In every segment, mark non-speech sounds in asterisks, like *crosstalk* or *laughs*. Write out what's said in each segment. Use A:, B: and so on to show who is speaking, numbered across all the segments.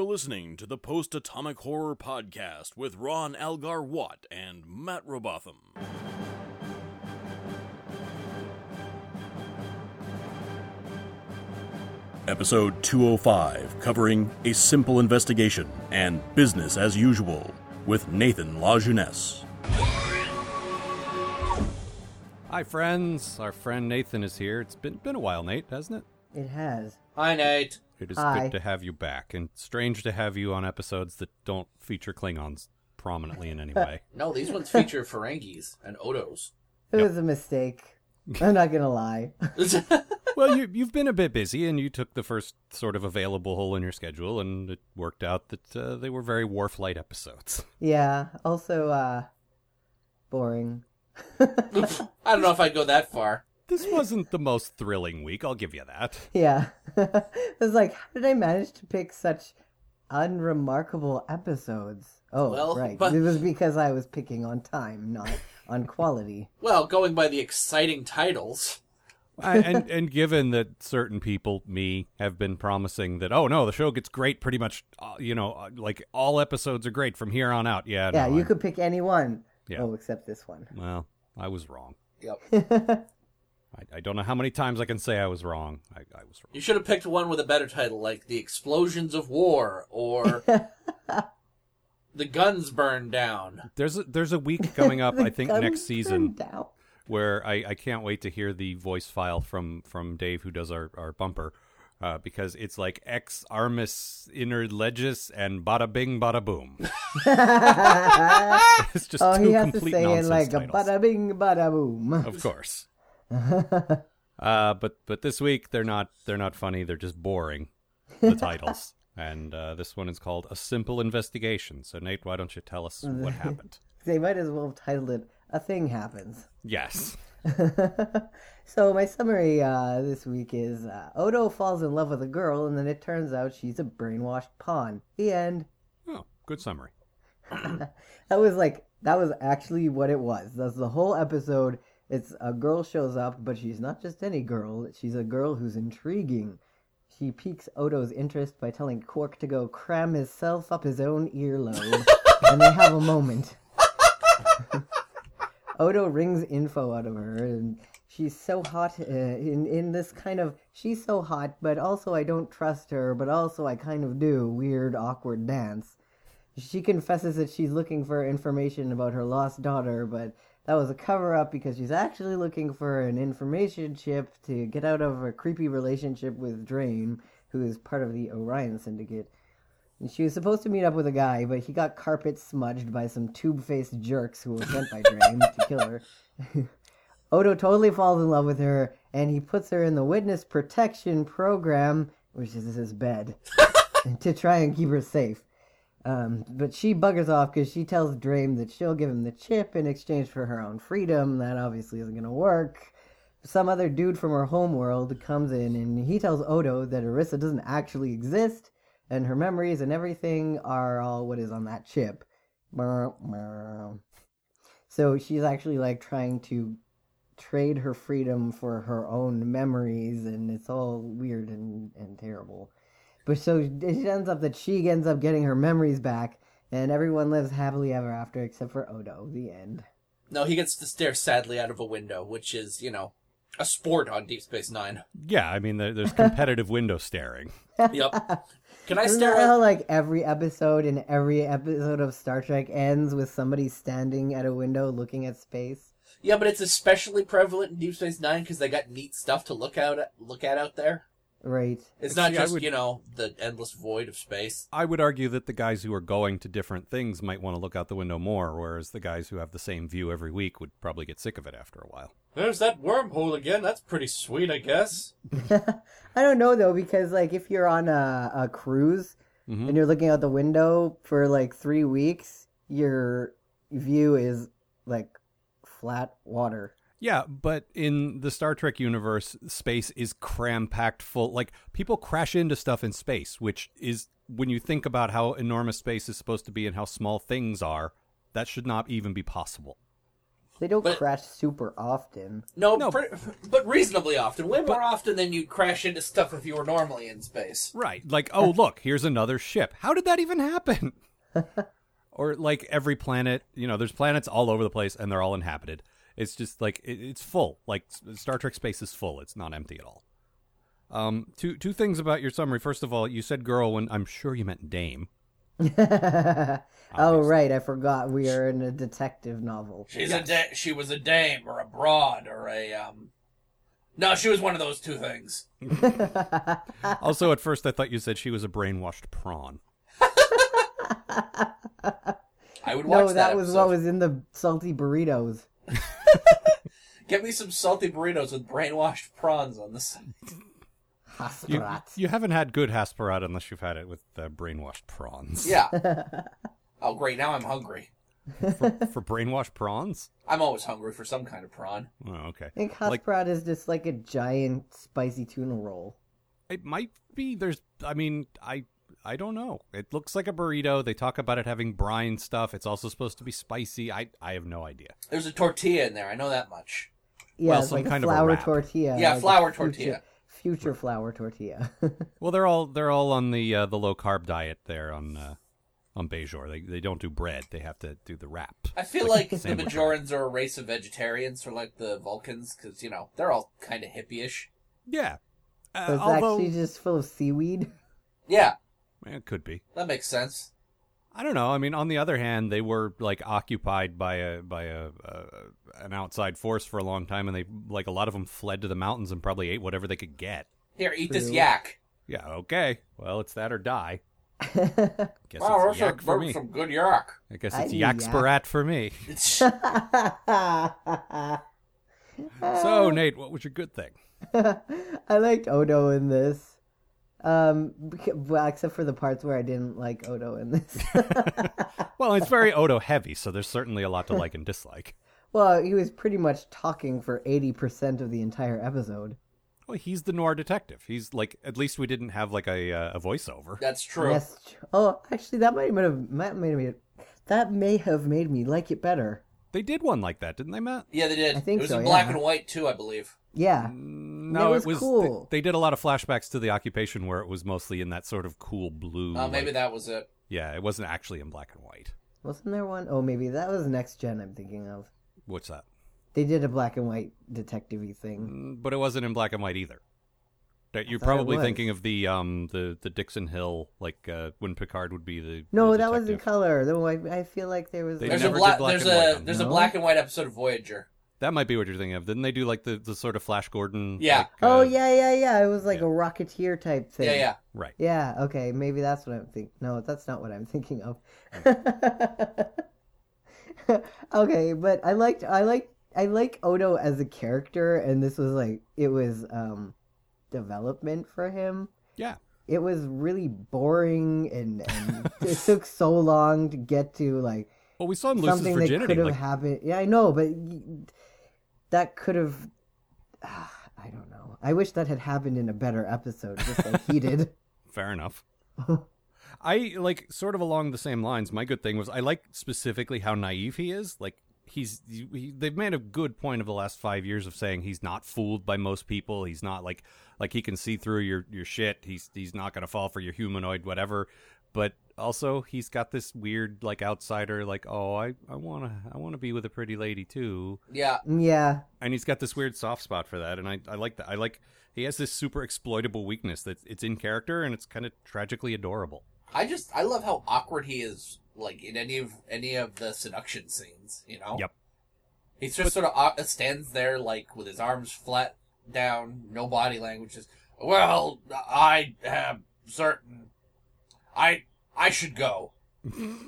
A: listening to the Post Atomic Horror Podcast with Ron Algar Watt and Matt Robotham. Episode 205, covering a simple investigation and business as usual with Nathan LaJeunesse.
B: Hi, friends. Our friend Nathan is here. It's been been a while, Nate, hasn't it?
C: It has.
D: Hi, Nate.
B: It is
C: Hi.
B: good to have you back, and strange to have you on episodes that don't feature Klingons prominently in any
C: *laughs*
B: way.
D: No, these ones feature Ferengis and Odos. *laughs*
C: It was a mistake. *laughs* I'm not gonna lie.
B: well, you, you've been a bit busy, and you took the first sort of available hole in your schedule, and it worked out that uh, they were very Warf Light episodes. *laughs*
C: yeah. Also, uh, boring.
D: I don't know if I'd go that far.
B: This wasn't the most thrilling week, I'll give you that.
C: Yeah. *laughs* I was like, how did I manage to pick such unremarkable episodes? Oh,
D: Well,
C: right.
D: but-
C: It was because I was picking on time, not on
B: *laughs*
C: quality.
D: Well, going by the exciting titles,
B: I, and and given that certain people, me, have been promising that oh no, the show gets great pretty much, uh, you know, uh, like all episodes are great from here on out. Yeah,
C: yeah,
B: no,
C: you
B: I'm-
C: could pick any one.
B: Yeah.
C: Oh, except this one.
B: Well, I was wrong.
D: yep.
B: I, I don't know how many times I can say I was wrong. I, I was wrong.
D: You should have picked one with a better title, like "The Explosions of War" or "The Guns Burned Down."
B: There's a, there's a week coming up,
C: *laughs* The
B: I think
C: gun
B: next season,
C: turned out.
B: *laughs* where I, I can't wait to hear the voice file from from Dave who does our our bumper, uh, because it's like ex armis inner legis and bada bing bada boom. *laughs* It's just
C: oh,
B: two
C: he has to
B: complete
C: say it
B: nonsense
C: like a
B: titles.
C: bada bing, bada boom.
B: of course. uh, but but this week they're not they're not funny. They're just boring. The titles. And uh, this one is called "A Simple Investigation." So Nate, why don't you tell us what happened?
C: They might as well have titled it "A Thing Happens."
B: Yes,
C: *laughs* so my summary uh, this week is: uh, Odo falls in love with a girl, and then it turns out she's a brainwashed pawn. The end.
B: oh, good summary.
C: That was like that was actually what it was. That's the whole episode. It's a girl shows up, but she's not just any girl. She's a girl who's intriguing. She piques Odo's interest by telling Quark to go cram himself up his own earlobe, and they have a moment. *laughs* Odo wrings info out of her, and she's so hot uh, in in this kind of she's so hot, but also I don't trust her, but also I kind of do weird awkward dance. She confesses that she's looking for information about her lost daughter, but that was a cover up because she's actually looking for an information chip to get out of a creepy relationship with Drain, who is part of the Orion Syndicate. And she was supposed to meet up with a guy, but he got carpet smudged by some tube faced jerks who were sent by Drain to kill her. *laughs* Odo totally falls in love with her, and he puts her in the witness protection program, which is his bed, *laughs* to try and keep her safe. Um, but she buggers off because she tells Drame that she'll give him the chip in exchange for her own freedom. That obviously isn't going to work. Some other dude from her homeworld comes in and he tells Odo that Arissa doesn't actually exist and her memories and everything are all what is on that chip. Meow, meow. So she's actually like trying to trade her freedom for her own memories and it's all weird and, and terrible. But so it ends up that she ends up getting her memories back, and everyone lives happily ever after except for Odo. The end.
D: No, he gets to stare sadly out of a window, which is, you know, a sport on Deep Space Nine.
B: Yeah, I mean there, there's competitive window staring.
D: Yep. Can I
C: Isn't
D: stare?
C: that how
D: Out?
C: like every episode and every episode of Star Trek ends with somebody standing at a window looking at space?
D: Yeah, but it's especially prevalent in Deep Space Nine because they got neat stuff to look out at, look at out there.
C: Right. *laughs*
D: It's not
B: See, I
D: just
B: would-
D: you know the endless void of space.
B: I would argue that the guys who are going to different things might want to look out the window more, whereas the guys who have the same view every week would probably get sick of it after a while.
D: There's that wormhole again. That's pretty sweet, I guess.
C: I don't know though because like if you're on a, a cruise and you're looking out the window for like three weeks, your view is like flat water.
B: Yeah, but in the Star Trek universe, space is cram packed full. Like people crash into stuff in space, which is when you think about how enormous space is supposed to be and how small things are, that should not even be possible.
C: They don't
D: But-
C: crash super often.
D: No,
B: No.
D: pre- *laughs* but reasonably often. Way more often than you'd crash into stuff if you were normally in space.
B: Right. Like,
C: *laughs*
B: oh, look, here's another ship. How did that even happen? or like every planet, you know, there's planets all over the place and they're all inhabited. It's just like it, it's full. Like S- Star Trek space is full. It's not empty at all. Um, two two things about your summary. First of all, you said girl when I'm sure you meant
C: *laughs*
B: dame.
C: oh right, I forgot we are in a detective novel.
D: She's a da- she was a dame or a broad or a um. No, she was one of those two things.
B: Also, at first I thought you said she was a brainwashed prawn.
D: I would watch
C: No, that was what
D: episode.
C: was in the salty burritos.
D: Get me some salty burritos with brainwashed prawns on the side.
B: You,
C: Hasperat.
B: you haven't had good hasperata unless you've had it with uh, brainwashed prawns.
D: Yeah.
C: *laughs*
D: oh, great! Now I'm hungry.
B: *laughs* for, for brainwashed prawns.
D: I'm always hungry for some kind of prawn.
B: Oh, okay.
C: I think
B: Like-
C: hasperat is just like a giant spicy tuna roll.
B: It might be. There's. I mean, I. I don't know. It looks like a burrito. They talk about it having brine stuff. It's also supposed to be spicy. I. I have no idea.
D: There's a tortilla in there. I know that much.
C: Yeah,
B: Well,
C: it's
B: some
C: like
B: kind
C: a
B: of a
C: flour
B: wrap.
C: tortilla.
D: Yeah,
C: like a
D: flour
C: future-
D: tortilla.
C: Future flour tortilla. *laughs*
B: Well, they're all. They're all on the uh, the low carb diet there on uh, on Bejor. They they don't do bread. They have to do the wrap.
D: I feel
B: *laughs*
D: like, the
B: sandwich.
D: Bajorans are a race of vegetarians, or like the Vulcans, because you know they're all kind of hippie-ish.
B: Yeah.
C: so
B: Uh,
C: it's
B: although
C: actually just full of seaweed. *laughs*
D: Yeah,
B: it could be.
D: that makes sense.
B: I don't know. I mean, on the other hand, they were like occupied by a by a uh, an outside force for a long time, and they like a lot of them fled to the mountains and probably ate whatever they could get.
D: Here, eat this
C: True.
D: yak.
B: Yeah, okay. Well, it's that or die. Guess
D: Wow,
B: it's
D: those are,
B: yak for
D: those
B: me.
D: some good yak.
B: I guess
C: I
B: it's
C: need
B: yak
C: yak.
B: sparat for me.
C: *laughs*
B: So,
D: Uh.
B: Nate, what was your good thing?
C: I liked Odo in this. Um, beca- well, except for the parts where I didn't like Odo in this.
B: Well, it's very Odo heavy, so there's certainly a lot
C: *laughs*
B: to like and dislike.
C: well, he was pretty much talking for 80% of the entire episode.
B: Well, he's the noir detective. He's like, at least we didn't have like a uh, a voiceover.
D: That's true.
C: Yes. Oh, actually, that might have that may have made that may have made me like it better.
B: They did one like that, didn't they, Matt?
D: Yeah, they did.
C: I think
D: it was
C: so,
D: in black
C: yeah.
D: and white too, I believe.
C: Yeah.
B: Mm. No,
C: it was cool.
B: They, they did a lot of flashbacks to the occupation where it was mostly in that sort of cool blue.
D: Uh, maybe
B: like-
D: that was it.
B: yeah, it wasn't actually in black and white.
C: Wasn't there one? Oh, maybe that was next gen. I'm thinking of.
B: What's that?
C: They did a black and white detective-y thing.
B: Mm, But it wasn't in black and white either. That you're
C: thought it
B: probably
C: was.
B: thinking of the um the the Dixon Hill like uh, when Picard would be the
C: No,
B: the
C: that was in
B: detective.
C: color. Though I, I feel like there was.
B: They
C: like-
D: There's a
B: never did
D: black.
B: black
D: There's
B: and white
D: a
B: on
D: there's a
C: No?
D: black and white episode of Voyager.
B: That might be what you're thinking of. Didn't they do like the, the sort of Flash Gordon?
D: Yeah.
B: like,
C: oh
B: uh,
C: yeah, yeah, yeah. It was like
B: yeah.
C: a rocketeer type thing.
D: Yeah, yeah.
B: Right.
C: Yeah. Okay. Maybe that's what I'm thinking. No, that's not what I'm thinking of. *laughs* okay, but I liked. I like. I like Odo as a character, and this was like it was um development for him.
B: Yeah.
C: it was really boring and, and
B: *laughs*
C: it took so long to get to like
B: Well, we saw him lose his
C: something that
B: virginity.
C: could have
B: Like,
C: happened yeah i know but y- that could have Ah, i don't know i wish that had happened in a better episode just like he
B: *laughs*
C: did
B: fair enough. I like sort of along the same lines. My good thing was I like specifically how naive he is. Like he's he, they've made a good point of the last five years of saying he's not fooled by most people. He's not like like he can see through your your shit. He's he's not gonna fall for your humanoid whatever. But also he's got this weird like outsider like oh I I wanna I wanna be with a pretty lady too
D: Yeah.
C: yeah
B: and he's got this weird soft spot for that and I, I like that i like he has this super exploitable weakness that it's in character and it's kind of tragically adorable
D: I just I love how awkward he is, like in any of any of the seduction scenes. You know.
B: Yep.
D: He's just sort of au- stands there like with his arms flat down, no body language. Just well, I have certain. I I should go.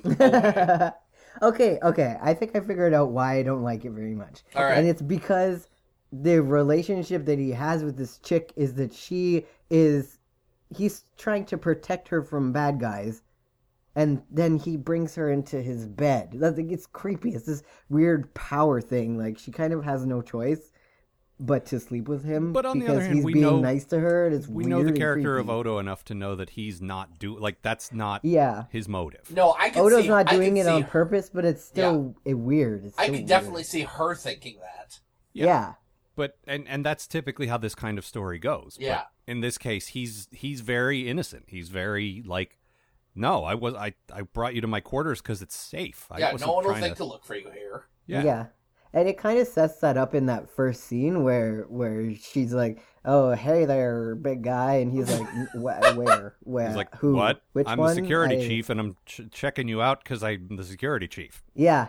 D: Okay.
C: *laughs* okay okay i think i figured out why i don't like it very much
D: All right.
C: and it's because the relationship that he has with this chick is that she is he's trying to protect her from bad guys and then he brings her into his bed That's- like, it's creepy it's this weird power thing like she kind of has no choice but to sleep with him
B: But on the
C: because
B: other hand,
C: he's
B: we
C: being
B: know-
C: nice to her. And it's
B: We
C: weird
B: know the
C: and
B: character of
C: creepy.
B: Odo enough to know that he's not do like that's not
C: Yeah,
B: his motive.
D: No, I can
C: Odo's
D: see,
C: not
D: I can
C: doing it
D: see
C: on
D: her-
C: purpose, but it's still it weird. It's still
D: I can
C: weird.
D: definitely see her thinking that.
B: Yeah.
C: Yeah.
B: But and and that's typically how this kind of story goes.
D: Yeah.
B: But in this case, he's he's very innocent. He's very like, no, I was I I brought you to my quarters because it's safe. I
D: yeah,
B: wasn't
D: no one will
B: trying
D: think to... look for you
C: *laughs*
D: here.
B: Yeah.
C: And it kind of sets that up in that first scene where where she's like, "Oh, hey there, big guy," and he's like, "N-
B: *laughs*
C: wh- "Where? Where?
B: He's like,
C: Who?
B: what?
C: Which
B: I'm
C: one?
B: the security
C: I-
B: chief, and I'm ch- checking you out because I'm the security chief.
C: Yeah,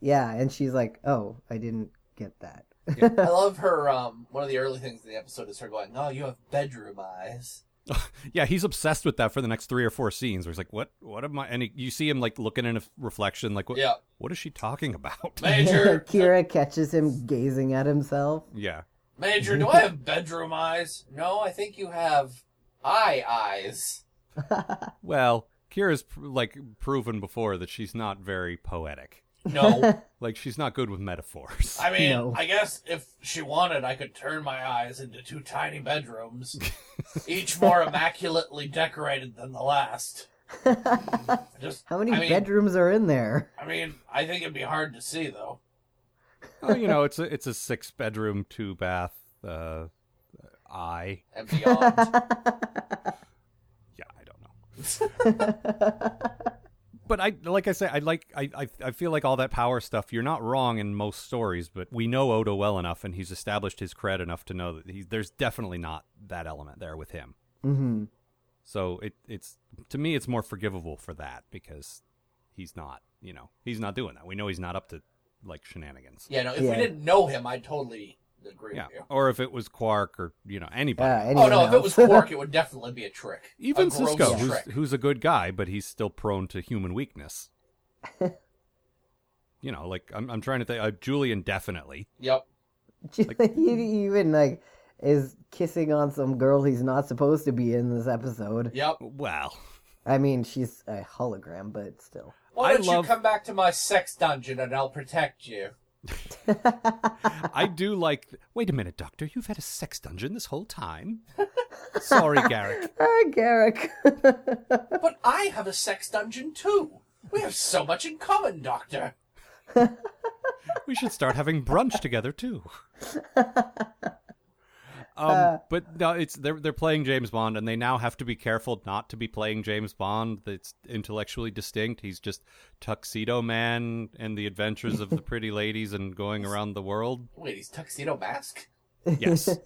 C: yeah." And she's like, "Oh, I didn't get that."
D: I love her. Um, one of the early things in the episode is her going, "Oh, you have bedroom eyes."
B: Yeah, he's obsessed with that for the next three or four scenes. Where he's like, "What? What am I?" And he, you see him like looking in a f- reflection, like, "What?
D: Yeah,
B: What is she talking about?"
D: Major,
C: *laughs* Kira catches him gazing at himself.
B: *laughs* yeah,
D: Major, do I have bedroom eyes? No, I think you have eye eyes.
B: Well, Kira's pr- like proven before that she's not very poetic.
C: *laughs*
D: No,
B: Like she's not good with metaphors.
D: I mean,
C: No.
D: I guess if she wanted, I could turn my eyes into two
B: *laughs*
D: tiny bedrooms, each more immaculately decorated than
C: *laughs*
D: the last. Just
C: How many
D: I mean,
C: bedrooms are in there?
D: I mean, I think it'd be hard to see though.
B: *laughs* Well, you know, it's a it's a six bedroom, two bath. Uh, I
C: *laughs*
D: and beyond.
B: yeah, I don't know. But I like I say, I like I, I I feel like all that power stuff. You're not wrong in most stories, but we know Odo well enough, and he's established his cred enough to know that he, there's definitely not that element there with him.
C: hmm
B: So it it's to me it's more forgivable for that because he's not you know he's not doing that. We know he's not up to like shenanigans.
D: yeah, no, if
C: Yeah.
D: we didn't know him, I'd totally agree
B: Yeah.
D: with you.
B: Or if it was Quark or you know anybody.
C: Yeah,
D: Oh
C: anyone
D: no, if it
C: else?
D: was Quark, it would definitely be a trick.
B: Even
D: a gross
B: Cisco, who's,
D: trick.
B: who's a good guy, but he's still prone to human
D: *laughs*
B: weakness. you know, like I'm, I'm trying to think. Uh, Julian definitely.
D: Yep.
B: *laughs*
C: *laughs*
B: hmm.
C: he even like is kissing on some girl he's not supposed to be in this episode.
D: Yep.
B: Well,
C: I mean, she's a hologram, but still. *laughs*
B: I
D: Why don't
B: love-
D: you come back to my sex dungeon and I'll protect you?
B: I do like. Wait a minute, Doctor. You've had a sex dungeon this whole
D: *laughs*
B: time. Sorry, Garrick.
C: Ah, Garrick.
D: But I have a sex dungeon too. We have so much in common, Doctor.
B: We should start having brunch together too. Um, but no, it's they're they're playing James Bond, and they now have to be careful not to be playing James Bond. That's intellectually distinct. He's just tuxedo man and the adventures of the pretty ladies and going around the world.
D: Wait, he's tuxedo mask?
B: Yes,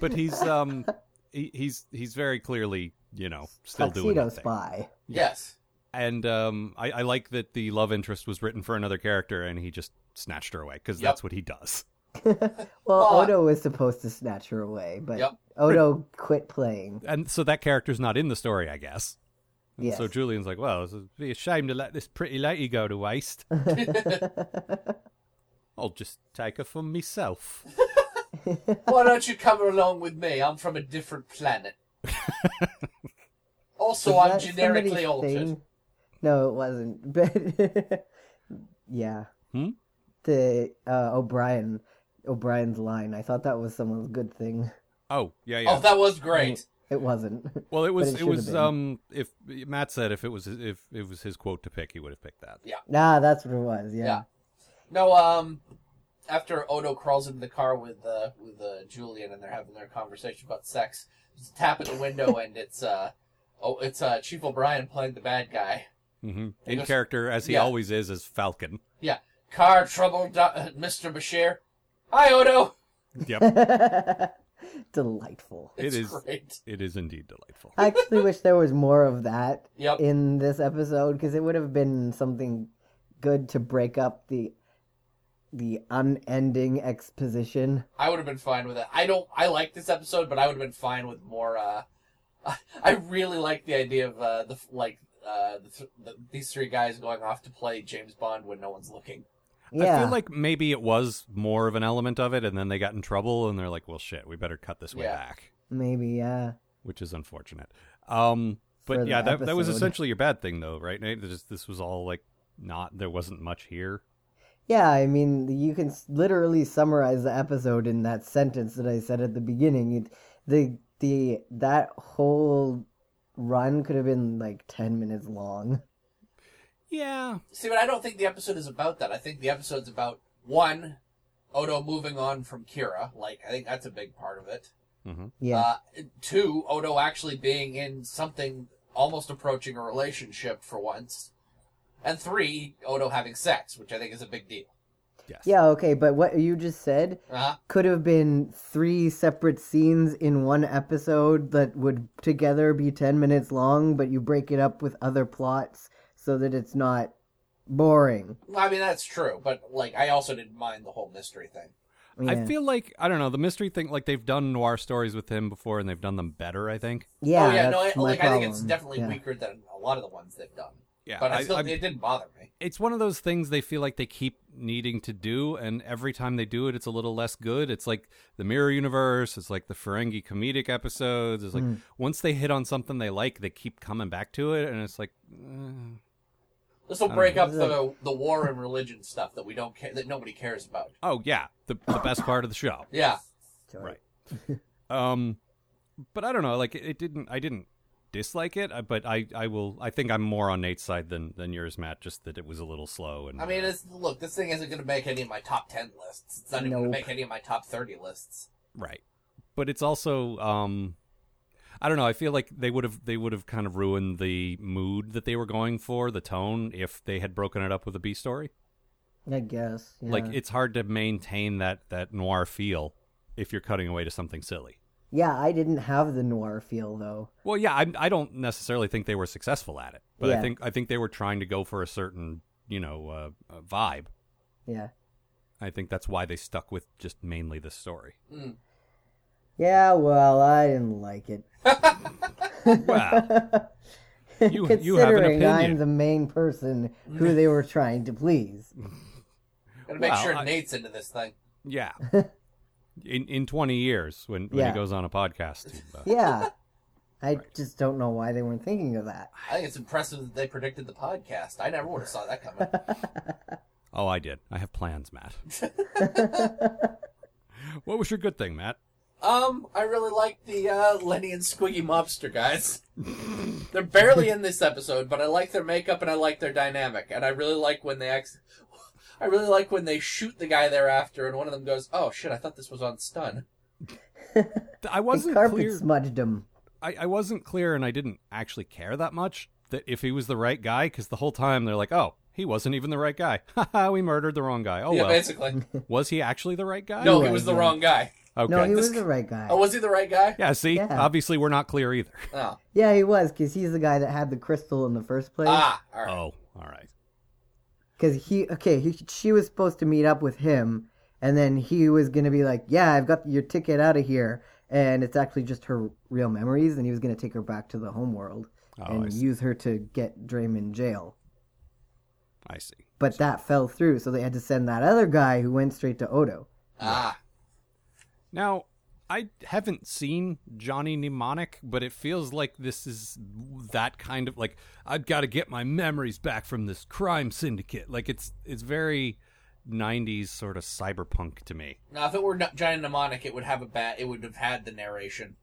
B: but he's um he, he's he's very clearly you know still doing
C: Tuxedo
B: that thing.
C: spy.
D: Yes.
B: And um, I, I like that the love interest was written for another character, and he just snatched her away because
D: Yep.
B: that's what he does.
C: Well,
D: Aw.
C: Odo was supposed to snatch her away, but
D: Yep.
C: Odo quit playing.
B: and so that character's not in the story, I guess. And
C: Yes.
B: So Julian's like, well, it'd be a shame to let this pretty lady go to
C: *laughs*
B: waste. *laughs* I'll just take her for myself.
D: Why don't you come along with me? I'm from a
B: *laughs*
D: different planet. also,
C: Was
D: I'm
C: that somebody's
D: generically altered.
C: thing? No, it wasn't. *laughs* But yeah,
B: Hmm?
C: the uh, O'Brien O'Brien's line. I thought that was someone's good thing.
B: Oh yeah, yeah.
D: Oh, that was great.
C: It wasn't. *laughs*
B: well, it was
C: it
B: it,
C: should've
B: was
C: been.
B: um if Matt said if it was if it was his quote to pick, he would have picked that.
C: nah, Ah, that's what it was. Yeah.
D: Yeah. No, um, after Odo crawls into the car with uh, with uh, Julian and they're having their conversation about sex, there's a tap at the window and it's uh, oh, it's uh, Chief O'Brien playing the bad guy.
B: hmm In
D: goes-
B: character as he
D: yeah.
B: always is as Falcon.
D: Car trouble, Do- uh, Mr. Bashir. Hi, Odo.
B: Yep,
C: *laughs* Delightful.
B: It
D: It's
B: is.
D: great.
B: it is indeed delightful.
C: I actually wish there was more of that
D: Yep.
C: in this episode because it would have been something good to break up the the unending exposition.
D: I would have been fine with it. I don't. I like this episode, but I would have been fine with more. Uh, *laughs* I really like the idea of uh, the f- like uh, the th- the, these three guys going off to play James Bond when no one's looking.
C: Yeah.
B: I feel like maybe it was more of an element of it, and then they got in trouble, and they're like, "Well, shit, we better cut this way
D: Yeah.
B: back."
C: Maybe, yeah.
B: which is unfortunate. Um,
C: For
B: but
C: the
B: yeah, that, that was
C: episode.
B: essentially your bad thing, though, right? Nate? This, this was all like not there wasn't much here.
C: Yeah, I mean, you can s- literally summarize the episode in that sentence that I said at the beginning. It, the the that whole run could have been like 10 minutes long.
B: Yeah.
D: See, but I don't think the episode is about that. I think the episode's about one, Odo moving on from Kira. Like, I think that's a big part of it.
B: Mm-hmm.
C: Yeah.
D: Uh, two, Odo actually being in something almost approaching a relationship for once. And three, Odo having sex, which I think is a big deal.
B: Yes.
C: yeah, okay, but what you just said
D: Uh-huh.
C: could have been three separate scenes in one episode that would together be 10 minutes long, but you break it up with other plots so that it's not boring.
D: I mean, that's true, but, like, I also didn't mind the whole mystery thing.
B: I
C: Yeah.
B: feel like I don't know the mystery thing. Like they've done noir stories with him before, and they've done them better. I think.
C: yeah,
D: oh, yeah, no,
C: that's
D: I,
C: my
D: like, I think it's
C: problem.
D: definitely
C: Yeah.
D: weaker than a lot of the ones they've done.
B: Yeah,
D: but I, still,
B: I,
D: it
B: am
D: didn't bother me.
B: it's one of those things they feel like they keep needing to do, and every time they do it, it's a little less good. It's like the Mirror Universe. It's like the Ferengi comedic episodes. It's like
C: Mm.
B: once they hit on something they like, they keep coming back to it, and it's like, eh.
D: This will
B: I
D: break
B: don't
D: up the the war and religion stuff that we don't care that nobody cares about.
B: oh yeah, the the best part of the show.
D: Yeah,
C: Sorry.
B: Right. um, but I don't know. Like it, it didn't. I didn't dislike it. I- But I, I will. I think I'm more on Nate's side than than yours, Matt. Just that it was a little slow. And
D: I mean, it's look, this thing isn't going to make any of my top ten lists. It's not even going
C: Nope.
D: to make any of my top thirty lists.
B: right. But it's also um, I don't know. I feel like they would have they would have kind of ruined the mood that they were going for, the tone, if they had broken it up with a B story.
C: I guess. Yeah.
B: Like it's hard to maintain that that noir feel if you're cutting away to something silly.
C: yeah, I didn't have the noir feel though.
B: Well, yeah, I, I don't necessarily think they were successful at it, but I
C: Yeah.
B: think I think they were trying to go for a certain you know uh, uh, vibe.
C: Yeah.
B: I think that's why they stuck with just mainly this
C: *laughs*
B: story.
D: Mm.
C: Yeah, well, I didn't like it. *laughs*
B: Wow. You- you have an
C: Considering
B: opinion.
C: I'm the main person who they were trying to please.
D: Gonna make
B: Well,
D: sure
B: I-
D: Nate's into this thing.
B: Yeah. in in twenty years, when when
C: Yeah.
B: he goes on a podcast, to, uh,
D: *laughs*
C: Yeah. I just don't know why they weren't thinking of that.
D: I think it's impressive that they predicted the podcast. I never would have saw that coming.
B: oh, I did. I have plans,
C: *laughs*
B: Matt. what was your good thing, Matt?
D: um, I really like the uh, Lenny and Squiggy mobster guys. They're barely in this episode, but I like their makeup and I like their dynamic, and I really like when they ex- I really like when they shoot the guy they're after, and one of them goes, "Oh shit! I thought this was on stun."
B: Th- I
C: The
B: wasn't
C: carpet
B: clear.
C: smudged them.
B: I, I wasn't clear, and I didn't actually care that much that if he was the right guy, because the whole time they're like, oh. He wasn't even the right guy. *laughs* Ha ha! We murdered the wrong guy. Oh
D: yeah,
B: well.
D: basically.
B: Was he actually the right guy?
D: No, he
C: Right,
D: was the
C: yeah.
D: wrong guy.
B: Okay.
C: No, he
D: This
C: was
D: guy-
C: the right guy.
D: Oh, was he the right guy?
B: Yeah, see,
C: Yeah.
B: obviously we're not clear either.
D: *laughs* Oh.
C: Yeah, he was, because he's the guy that had the crystal in the first place.
D: Ah, all right.
B: Oh, all right.
C: Because he, okay, he, she was supposed to meet up with him, and then he was going to be like, Yeah, I've got your ticket out of here. And it's actually just her real memories, and he was going to take her back to the homeworld
B: Oh, I
C: and
B: see.
C: use her to get Draymond jail.
B: I see.
C: But that fell through, so they had to send that other guy who went straight to Odo.
D: Ah.
B: Now, I haven't seen Johnny Mnemonic, but it feels like this is that kind of like I've got to get my memories back from this crime syndicate. Like it's it's very 90s sort of cyberpunk to me.
D: Now, if it were not giant mnemonic, it would have a bad. It would have had the narration,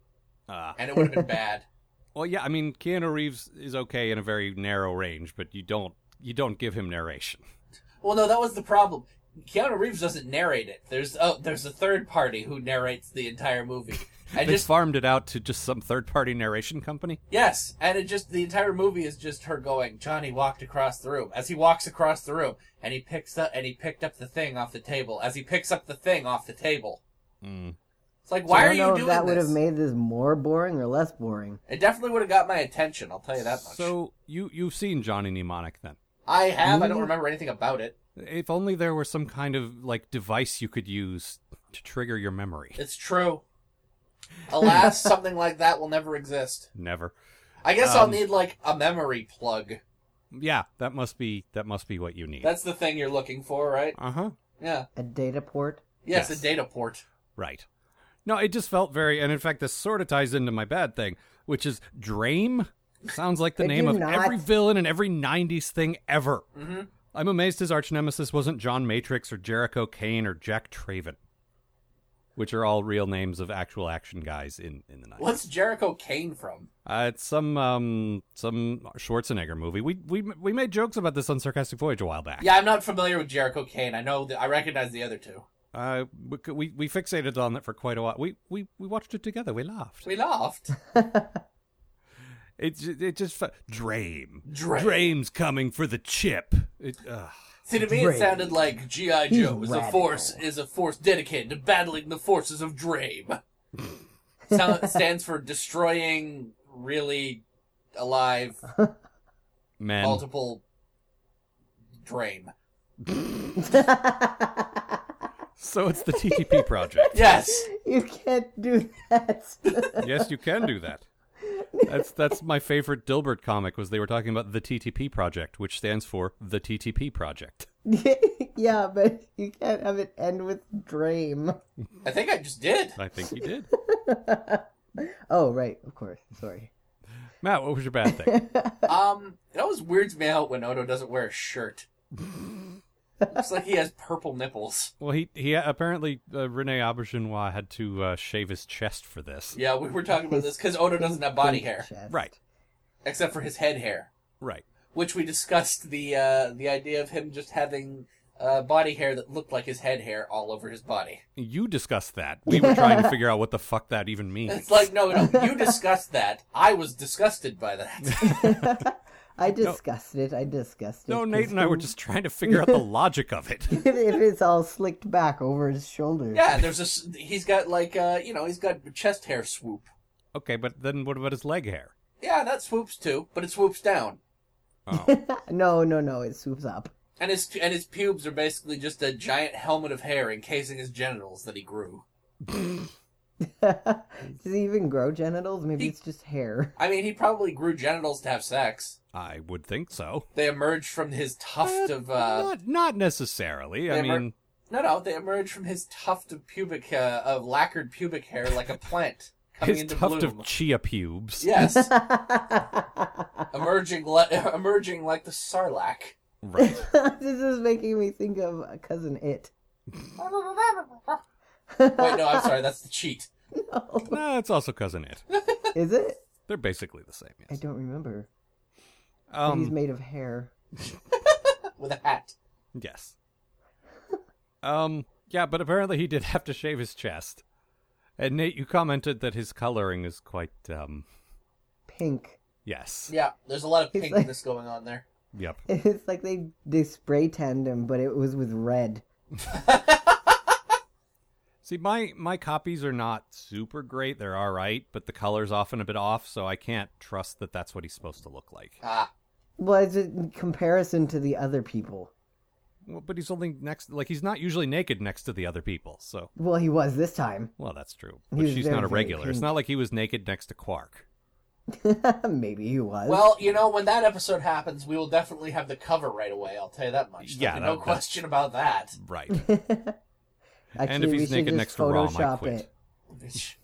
B: Uh,
D: and it would have been bad.
B: well, yeah, I mean Keanu Reeves is okay in a very narrow range, but you don't you don't give him narration.
D: Well, no, that was the problem. Keanu Reeves doesn't narrate it. There's oh, there's a third party who narrates the entire movie.
B: I
D: And
B: they
D: just
B: farmed it out to just some third-party narration company.
D: yes, and it just the entire movie is just her going. Johnny walked across the room. As he walks across the room, and he picks up and he picked up the thing off the table. As he picks up the thing off the table,
B: Mm.
D: it's like
C: So
D: why
C: I
D: are
C: don't
D: you
C: know
D: doing
C: if that would
D: this?
C: have made this more boring or less boring.
D: It definitely would have got my attention. I'll tell you that much.
B: So you you've seen Johnny Mnemonic then?
D: I have. I don't
C: Mm.
D: remember anything about it.
B: If only there were some kind of like device you could use to trigger your memory.
D: It's true. Alas, something like that will never exist.
B: Never.
D: I guess I'll
B: Um,
D: need like a memory plug.
B: Yeah, that must be that must be what you need.
D: That's the thing you're looking for, right?
B: Uh huh.
D: Yeah.
C: A data port? *laughs*
D: Yes,
B: Yes.
D: a data port.
B: Right. No, it just felt very, and in fact, this sort of ties into my bad thing, which is Drame. Sounds like the
C: Could
B: name
C: you
B: of
C: not?
B: every villain and every '90s thing ever.
D: Mhm.
B: I'm amazed his arch nemesis wasn't John Matrix or Jericho Kane or Jack Traven, which are all real names of actual action guys in in the 90s.
D: What's Jericho Kane from?
B: Uh, it's some um some Schwarzenegger movie. We we we made jokes about this on Sarcastic Voyage a while back.
D: Yeah, I'm not familiar with Jericho Kane. I know that I recognize the other two.
B: Uh, we, we we fixated on that for quite a while. We we we watched it together. We laughed.
D: We laughed.
B: It ju- it just fe- Drame.
D: Drame.
B: Drame's coming for the chip. It, ugh.
D: See, to me,
C: Drake.
D: it sounded like GI Joe is a
C: radical.
D: force is a force dedicated to battling the forces of Drame. Sound, stands for destroying really alive
B: man.
D: multiple Drame.
B: So it's the TTP project. *laughs*
D: Yes,
C: you can't do that. *laughs*
B: yes, you can do that. That's that's my favorite Dilbert comic was they were talking about the TTP project, which stands for the TTP project.
C: yeah, but you can't have it end with dream.
D: I think I just did.
B: I think he did.
C: Oh, right, of course. Sorry.
B: Matt, what was your bad thing?
D: Um, it always weirds me out when Odo doesn't wear a shirt. Looks like he has purple nipples.
B: Well, he he apparently uh, Rene Auberginois had to uh, shave his chest for this.
D: Yeah, we were talking about this because Odo doesn't have body hair
C: Chest.
B: Right.
D: except for his head hair.
B: Right.
D: which we discussed the uh, the idea of him just having uh, body hair that looked like his head hair all over his body.
B: You discussed that. We were trying to figure out what the fuck that even means.
D: It's like no, no, you discussed that. I was disgusted by that.
C: I discussed it. I discussed
B: *laughs*
C: it.
B: No,
C: 'cause *laughs*
B: Nate and I were just trying to figure out the logic of it. *laughs*
C: if, if it's all slicked back over his shoulders.
D: yeah, there's this. He's got like uh, you know, he's got chest hair swoop.
B: Okay, but then what about his leg hair?
D: Yeah, that swoops too, but it swoops down,
C: *laughs* No, no, no. It swoops up. *laughs*
D: and his and his pubes are basically just a giant helmet of hair encasing his genitals that he grew.
C: Does he even grow genitals? Maybe it's just hair. *laughs*
D: I mean, he probably grew genitals to have sex.
B: I would think so.
D: They emerged from his tuft of uh,
B: not, not necessarily. I
D: They emer-
B: mean,
D: No, no, they emerge from his tuft of pubic, uh, of lacquered pubic hair like a plant coming
B: his
D: into
B: tuft
D: bloom.
B: of chia
D: *laughs*
B: pubes. *laughs*
D: yes, emerging, le- *laughs* emerging like the sarlacc.
B: Right.
C: *laughs* this is making me think of a cousin it.
D: Wait, no, I'm sorry, that's the cheat.
B: no, it's also cousin it.
C: Is it?
B: They're basically the same.
C: I
B: Yes.
C: don't remember. But he's
B: Um.
C: made of hair.
D: With a hat.
B: Yes. *laughs* Um. Yeah, but apparently he did *laughs* have to shave his chest. And Nate, you commented that his coloring is quite. Um.
C: Pink. *laughs*
B: Yes.
D: Yeah, there's a lot of
C: He's
D: pinkness going on there.
B: Yep.
C: It's like they they spray tanned him, but it was with red.
B: See, my my copies are not super great. They're all right, but the color's often a bit off, so I can't trust that that's what he's supposed to look like.
D: Ah,
C: Well, it's in comparison to the other people.
B: Well, but he's only next, like he's not usually naked next to the other people. So,
C: Well, he was this time. *laughs*
B: well, that's true. But
C: was
B: she's
C: very,
B: not a
C: very
B: regular. It's
C: pink.
B: not like he was naked next to Quark.
C: Maybe he was. *laughs*
D: well, you know, when that episode happens, we will definitely have the cover right away. I'll tell you that much.
B: Yeah,
D: no
B: that-
D: question about that. *laughs*
B: Right.
C: Actually,
B: and if
C: we
B: he's
C: should
B: naked
C: just
B: next to
C: Photoshop
B: Rom, I quit.
C: it.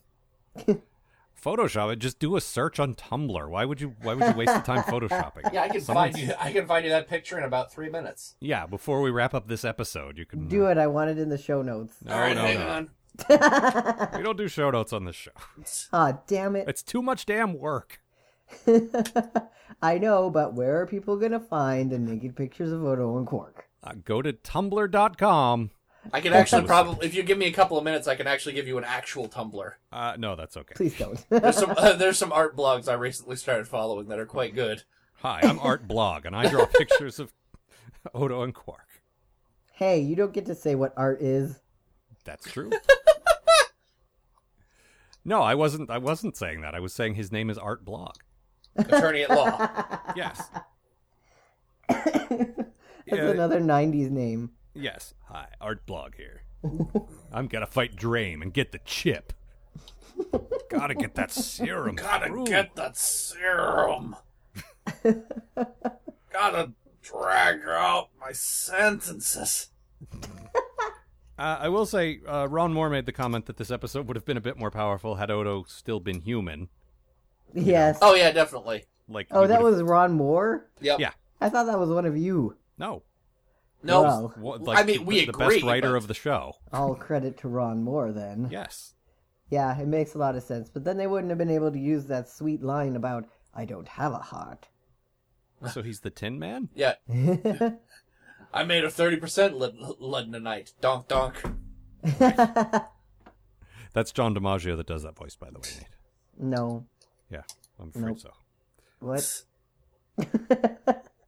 B: Photoshop it. Just do a search on Tumblr. Why would you? Why would you waste the
D: *laughs*
B: time photoshopping?
D: Yeah, I can find you. I can find you that picture in about three minutes.
B: Yeah. Before we wrap up this episode, you can
C: Do it. I want it in the show notes.
B: No,
D: All right,
B: no,
D: hang
B: no.
D: on.
B: We don't do show notes on this show.
C: Ah, damn it.
B: It's too much damn work.
C: *laughs* I know, but where are people gonna find the naked pictures of Odo and Quark?
B: Uh, go to Tumblr.com.
D: I can actually probably, if you give me a couple of minutes, I can actually give you an actual Tumblr.
B: Uh, no, that's okay.
C: Please don't. *laughs*
D: There's some *laughs* uh, there's some art blogs I recently started following that are quite good.
B: Hi, I'm
D: *laughs*
B: Art Blog, and I draw pictures of Odo and Quark.
C: hey, you don't get to say what art is. *laughs*
B: That's
D: *laughs*
B: true. no, I wasn't. I wasn't saying that. I was saying his name is Art Blog.
D: Attorney at Law.
B: Yes.
C: That's
B: Yeah,
C: another '90s name.
B: yes. Hi, Art Blog here. *laughs* I'm gonna fight Drame and get the chip. Gotta get that serum.
D: *laughs* Gotta
B: through.
D: get that
B: *laughs*
D: serum. Gotta drag out my sentences.
B: Uh, I will say, uh, Ron Moore made the comment that this episode would have been a bit more powerful had Odo still been human.
C: Yes.
D: Oh yeah, definitely.
B: Like,
C: Oh,
B: he
C: that
B: would've-
C: was Ron Moore.
D: Yep.
B: Yeah.
C: I thought that was one of you.
B: no.
D: No,
C: Well,
B: What,
D: I mean,
B: the-
D: we
B: the
D: agree,
B: best writer
D: but-
B: of the show.
C: all credit to Ron Moore then.
D: *laughs*
B: Yes.
C: Yeah, it makes a lot of sense. But then they wouldn't have been able to use that sweet line about I don't have a heart. *laughs*
B: So he's the Tin Man. *laughs*
D: yeah. I made a 30% lud- Ludden tonight. Donk, donk.
B: That's John DiMaggio that does that voice, by the way. Nate.
C: no.
B: Yeah, I'm afraid
C: Nope.
B: so.
C: What?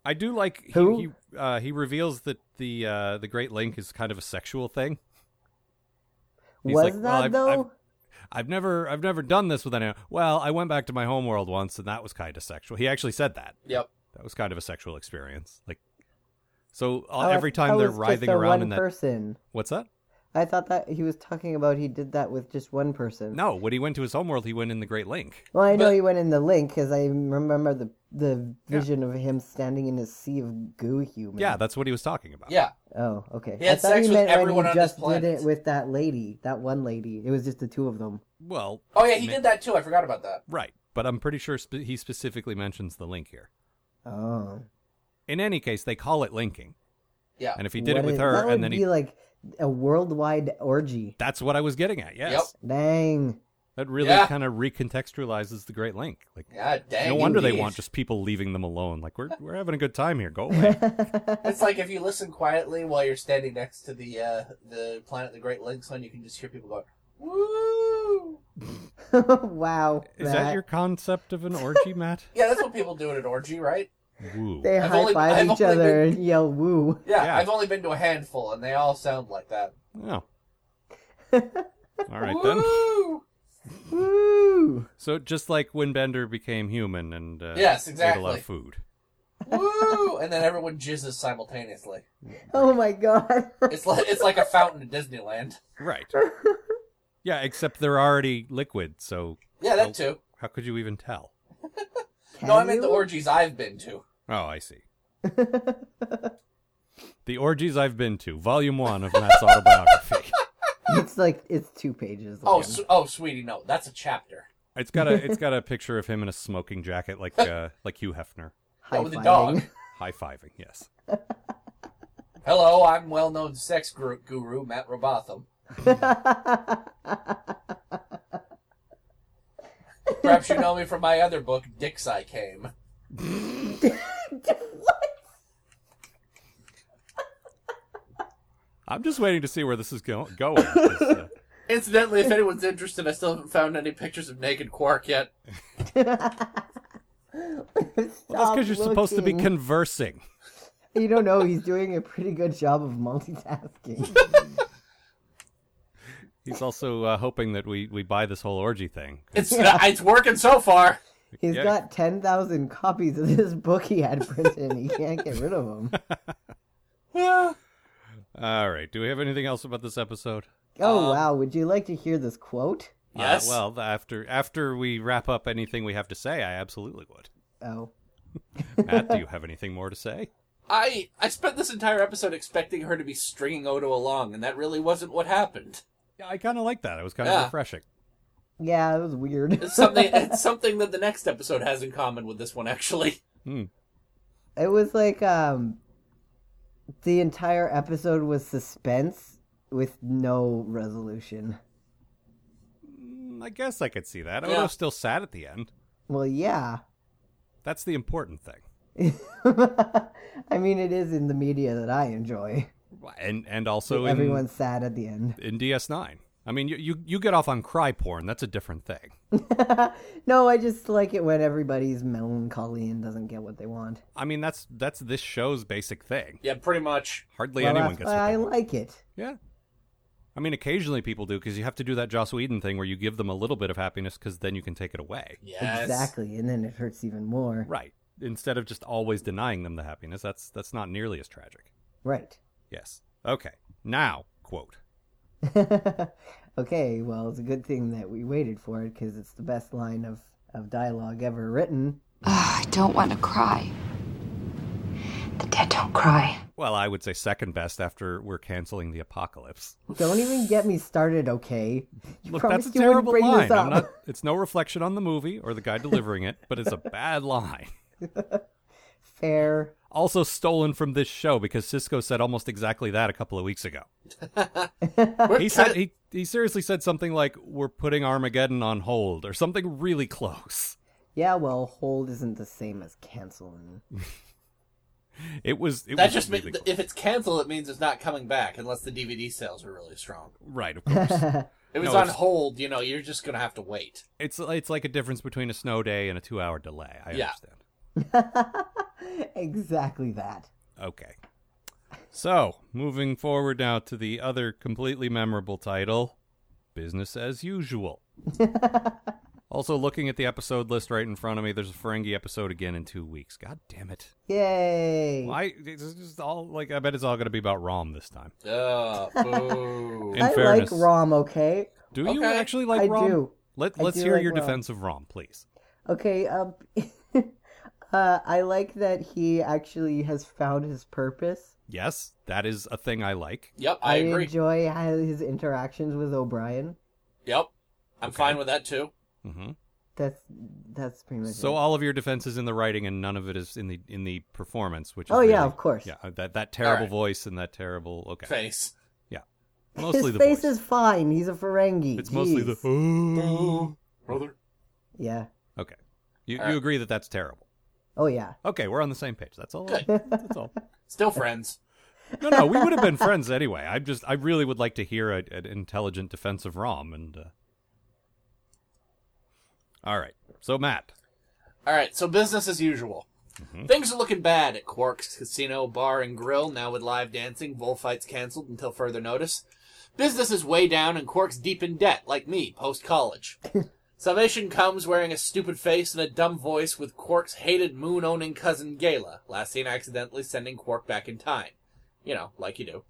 B: I do like he
C: Who?
B: he, uh, he reveals that the uh, the Great Link is kind of a sexual thing. He's
C: *laughs* was
B: like,
C: that
B: well, I've-
C: though?
B: I've- I've never I've never done this with anyone. Well, I went back to my home world once, and that was kind of sexual. He actually said that.
D: Yep.
B: That was kind of a sexual experience. Like, so
C: Oh,
B: uh,
C: I
B: every
C: thought it
B: time they're
C: was just
B: writhing
C: the
B: around
C: one
B: in that.
C: person.
B: What's that?
C: I thought that he was talking about he did that with just one person.
B: No, when he went to his home world, he went in the Great Link.
C: Well, I know
D: But-
C: he went in the link because I remember the the vision of him standing in a sea of goo human.
B: Yeah, that's what he was talking about.
D: Yeah.
C: Oh, okay.
D: He had
C: I thought
D: sex
C: he
D: with
C: meant when
D: everyone
C: he
D: on this
C: just did
D: planet.
C: it with that lady, that one lady. It was just the two of them.
B: Well,
D: Oh, yeah, he
B: ma-
D: did that too. I forgot about that.
B: Right, but I'm pretty sure spe- he specifically mentions the link here.
C: Oh,
B: In any case, they call it linking,
D: Yeah.
B: and if he did
C: What
B: it with
C: is-
B: her,
C: that would
B: and then
C: be
B: he.
C: like a worldwide orgy.
B: That's what I was getting at. Yes,
D: Yep.
C: Dang. *laughs*
B: that really
D: Yeah.
B: kind of recontextualizes the Great Link. Like,
D: Yeah, dang.
B: no wonder they
D: indeed. *laughs*
B: want just people leaving them alone. Like, we're we're having a good time here. Go away.
D: It's like if you listen quietly while you're standing next to the uh, the planet the Great Lakes one, you can just hear people going, "Woo!"
C: wow.
B: Is that
C: Matt.
B: your concept of an orgy, Matt?
D: Yeah, that's what people do at an orgy, right?
B: Woo.
C: They
D: I've
C: high
D: only- I've
C: five each
D: only
C: other
D: been-
C: and yell woo.
D: Yeah,
B: Yeah.
D: I've only been to a handful, and they all sound like that.
B: Oh. All right then.
D: Woo!
C: Woo.
B: So just like when Bender became human and uh,
D: Yes,
B: ate a lot
D: exactly.
B: of food.
D: Woo! And then everyone jizzes simultaneously.
C: Oh my god.
D: It's like it's like a fountain at Disneyland.
B: Right. yeah, except they're already liquid, so
D: Yeah, that too.
B: how could you even tell?
D: *laughs* No, I
C: Can
D: meant the
C: you?
D: orgies I've been to.
B: Oh, I see. the orgies I've been to, Volume One of Matt's autobiography.
C: It's like it's two pages.
D: Oh,
C: long.
D: su- oh, sweetie, no, that's a chapter.
B: It's got a it's got a picture of him in a smoking jacket, like uh, like Hugh Hefner,
D: Yeah,
C: High
D: with a
C: fiving.
D: dog.
B: high fiving. Yes.
D: Hello, I'm well-known sex guru, guru Matt Robotham. *laughs*
C: *laughs*
D: Perhaps you know me from my other book, Dicks I Came.
B: I'm just waiting to see where this is go- going. 'cause,
C: *laughs*
B: uh,
D: Incidentally, if anyone's interested, I still haven't found any pictures of naked Quark yet.
C: *laughs*
B: that's because you're supposed to be
C: Stop looking.
B: conversing.
C: you don't know. He's doing a pretty good job
B: *laughs*
C: of multitasking.
B: He's also uh, hoping that we, we buy this whole orgy thing.
D: It's uh, it's working
C: *laughs*
D: so far.
C: He's
B: Yeah.
C: got ten thousand copies of this book he had printed. and He can't get rid of them.
B: *laughs*
C: Uh,
B: All right. Do we have anything else about this episode? Um,
C: Oh wow! Would you like to hear this quote?
B: Uh,
D: Yes.
B: well, after after we wrap up anything we have to say, I absolutely would.
C: Oh,
B: Matt, do you have anything more to say?
D: I I spent this entire episode expecting her to be stringing Odo along, and that really wasn't what happened.
B: Yeah, I kind of like that. It was kind of
D: Yeah.
B: refreshing.
C: yeah, it was weird.
D: It's something it's something that the next episode has in common with this one, actually.
C: *laughs* It was like um, the entire episode was suspense with no resolution.
B: Mm, I guess I could see that.
D: Yeah.
B: Odo's still sad at the end.
C: Well, yeah. *laughs*
B: That's the important thing.
C: I mean, it is in the media that I enjoy.
B: And and also in,
C: Everyone's sad at the end. *laughs*
B: in DS9. I mean, you, you you get off on cry porn. That's a different thing.
C: No, I just like it when everybody's melancholy and doesn't get what they want.
B: I mean, that's that's this show's basic thing.
D: Yeah, pretty much.
B: Hardly
C: Well,
B: anyone
C: that's
B: gets
C: why
B: what
C: I
B: they want.
C: like it.
B: Yeah. I mean, occasionally people do because you have to do that Joss Whedon thing where you give them a little bit of happiness because then you can take it away.
D: Yes.
C: Exactly, and then it hurts even more.
B: Right. Instead of just always denying them the happiness, that's that's not nearly as tragic.
C: Right.
B: Yes. Okay. Now, quote.
C: *laughs* okay, well, it's a good thing that we waited for it because it's the best line of, of dialogue ever written.
E: Ah, I don't want to cry. The dead don't cry.
B: Well, I would say second best after we're canceling the apocalypse.
C: Don't even get me started, okay? You
B: Look,
C: promised
B: that's a
C: you wouldn't
B: terrible
C: bring
B: line.
C: this up.
B: I'm not, it's no reflection *laughs* on the movie or the guy delivering it, but it's a bad line.
C: *laughs* Fair.
B: Also stolen from this show because Cisco said almost exactly that a couple of weeks ago.
D: We're
B: He
D: kinda-
B: said he, he seriously said something like we're putting Armageddon on hold or something really close.
C: Yeah, well, hold isn't the same as canceling. *laughs*
B: It was it
D: that
B: was
D: just
B: really
D: means
B: close.
D: if it's canceled, it means it's not coming back unless the DVD sales are really strong.
B: right, of course.
D: *laughs* If it's
B: No,
D: on
B: it's-
D: hold, you know, you're just gonna have to *laughs* wait.
B: it's it's like a difference between a snow day and a 2-hour delay. I
D: Yeah.
B: understand.
C: exactly that.
B: Okay. So, moving forward now to the other completely memorable title Business as
D: *laughs*
B: Usual. also, looking at the episode list right in front of me, there's a Ferengi episode again in two weeks. God damn it.
C: Yay!
B: Why? This is just all like, I bet it's all going to be about Rom this time.
D: Oh, boo.
B: In
C: I
B: fairness,
C: like Rom, okay?
B: do you
D: Okay.
B: actually like
C: I
B: Rom?
C: do.
B: Let,
C: I
B: let's
C: do
B: hear
C: like
B: your
C: Rom.
B: defense of Rom, please.
C: Okay, um, *laughs* uh, I like that he actually has found his purpose.
B: Yes, that is a thing I like.
D: yep, I agree.
C: enjoy how his interactions with O'Brien.
D: Yep, I'm
B: Okay.
D: fine with that too.
B: hmm
C: Mm-hmm. That's that's pretty much
B: So
C: it.
B: all of your defense is in the writing, and none of it is in the in the performance. Which is
C: Oh, yeah,
B: really-
C: of course.
B: yeah. That that terrible
D: right.
B: voice and that terrible okay,
D: Face.
B: mostly
C: his
B: the
C: face
B: voice.
C: is fine. He's a Ferengi.
B: it's mostly the
C: Jeez.
B: oh.
D: Brother.
C: yeah.
B: okay. You
D: All
B: you
D: right.
B: agree that that's terrible?
C: Oh yeah. *laughs*
B: Okay, we're on the same page. That's all.
D: Good.
B: That's all.
D: Still friends.
B: No, no, we would have been friends anyway. I just I really would like to hear a, an intelligent defense of Rom and. Uh... All right, so Matt,
D: All right, so business as usual.
B: Mm-hmm.
D: Things are looking bad at Quark's Casino Bar and Grill now with live dancing, bullfights canceled until further notice. Business is way down and Quark's deep in debt, like me, post college. Salvation comes wearing a stupid face and a dumb voice with Quark's hated moon owning cousin Gala, last seen accidentally sending Quark back in time. You know, like you do.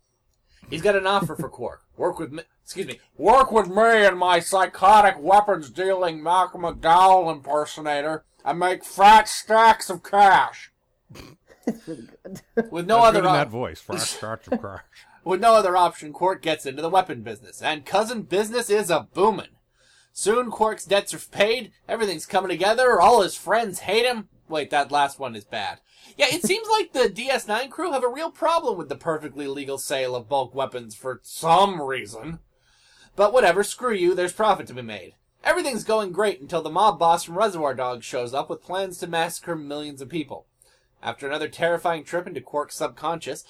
D: He's got an offer for Quark. Work with me. Excuse me. Work with me and my psychotic weapons dealing Malcolm McDowell impersonator and make fat stacks of cash. with no
B: I've
D: other
B: given
D: op-
B: that voice,
D: *laughs*
B: Frosh, Frosh, Frosh.
D: with no other option, Quark gets into the weapon business, and cousin business is a boomin'. Soon Quark's debts are paid, everything's coming together, all his friends hate him. Wait, that last one is bad. Yeah, it seems like the DS9 crew have a real problem with the perfectly legal sale of bulk weapons for some reason. But whatever, screw you, there's profit to be made. Everything's going great until the mob boss from Reservoir Dogs shows up with plans to massacre millions of people. After another terrifying trip into Quark's subconscious,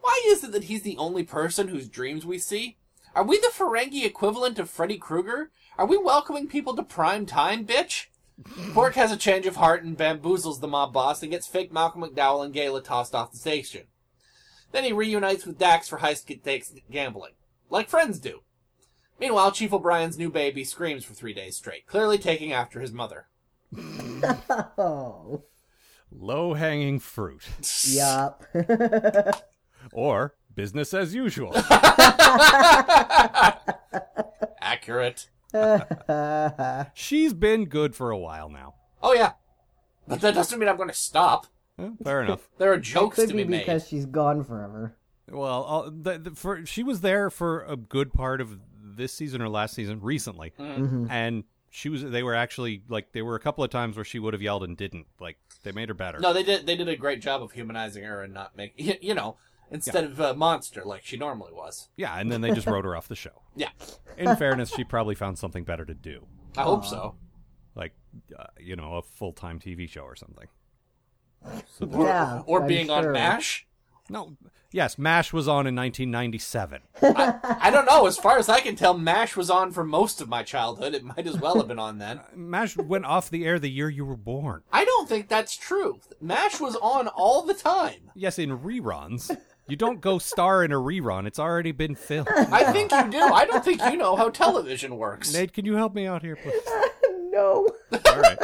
D: why is it that he's the only person whose dreams we see? Are we the Ferengi equivalent of Freddy Krueger? Are we welcoming people to prime time, bitch? Quark has a change of heart and bamboozles the mob boss and gets fake Malcolm McDowell and Gala tossed off the station. Then he reunites with Dax for heist g- takes gambling, like friends do. Meanwhile, Chief O'Brien's new baby screams for three days straight, clearly taking after his mother.
C: Oh.
B: Low hanging fruit,
C: Yup. *laughs*
B: or business as
D: *laughs*
B: usual.
D: Accurate.
B: She's been good for a while now.
D: Oh yeah, but that doesn't mean I'm going to stop.
B: Eh, fair enough.
D: There are jokes
C: Could
D: to
C: be
D: be made.
C: because she's gone forever.
B: Well, uh, the, the, for, she was there for a good part of this season or last season recently,
C: Mm-hmm.
D: Mm.
B: and she was. They were actually like there were a couple of times where she would have yelled and didn't. Like they made her better.
D: No, they did. They did a great job of humanizing her and not make *laughs* you, you know instead of a monster like she normally was.
B: Yeah, and then they just wrote her off the show.
D: *laughs* Yeah,
B: In fairness, she probably found something better to do,
D: I hope so.
B: like uh, you know, a full time TV show or something.
D: Or,
C: Yeah,
D: or
C: I'm
D: being on
C: sure. *laughs*
D: Mash.
B: No, yes, Mash was on in 1997.
D: I, I don't know. As far as I can tell, Mash was on for most of my childhood. It might as well have been on then.
B: Mash went off the air the year you were born.
D: I don't think that's true. Mash was on all the time.
B: Yes, in reruns. You don't go star in a rerun. It's already been filmed.
D: I think you do. I don't think you know how television works.
B: Nate, can you help me out here, please?
C: *laughs* No.
B: All right.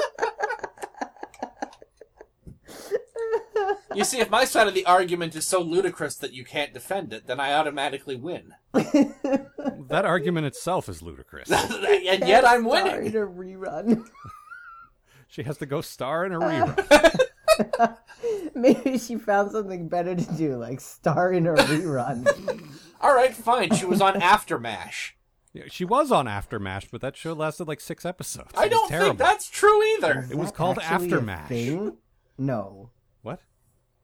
D: You see, if my side of the argument is so ludicrous that you can't defend it, then I automatically win.
B: That argument itself is ludicrous.
D: and yet I'm winning.
C: Sorry to rerun. *laughs*
B: She has to go star in a rerun.
C: Maybe she found something better to do, like
B: *laughs*
C: star in a rerun.
D: All right, fine. She
C: *laughs*
D: was on After Mash.
B: Yeah, She was on Aftermash, but that show lasted like six episodes. It
D: I
B: was
D: don't
B: terrible.
D: think that's true either.
B: It was called
C: Actually a
B: Aftermash.
C: thing? No.
B: What?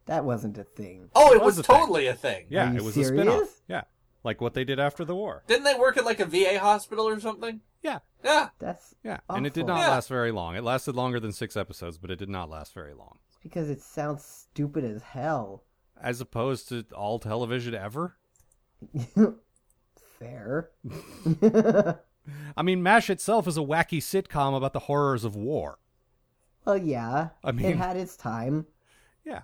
C: That wasn't a thing.
D: Oh, it,
B: was
D: was,
B: a thing.
D: totally a thing.
B: Yeah,
C: Are you
B: it was a
C: serious?
B: spin-off. Yeah. Like what they did after the war.
D: Didn't they work at like a VA hospital or something?
B: Yeah.
D: Yeah.
C: That's
B: Yeah. And it did
C: Awful.
B: not
D: Yeah.
B: last very long. It lasted longer than 6 episodes, but it did not last very long.
C: it's because it sounds stupid as hell. *laughs*
B: As opposed to all television ever?
C: Fair. *laughs*
B: I mean, MASH itself is a wacky sitcom about the horrors of war.
C: Well, yeah.
B: I mean-
C: it had its time.
B: Yeah.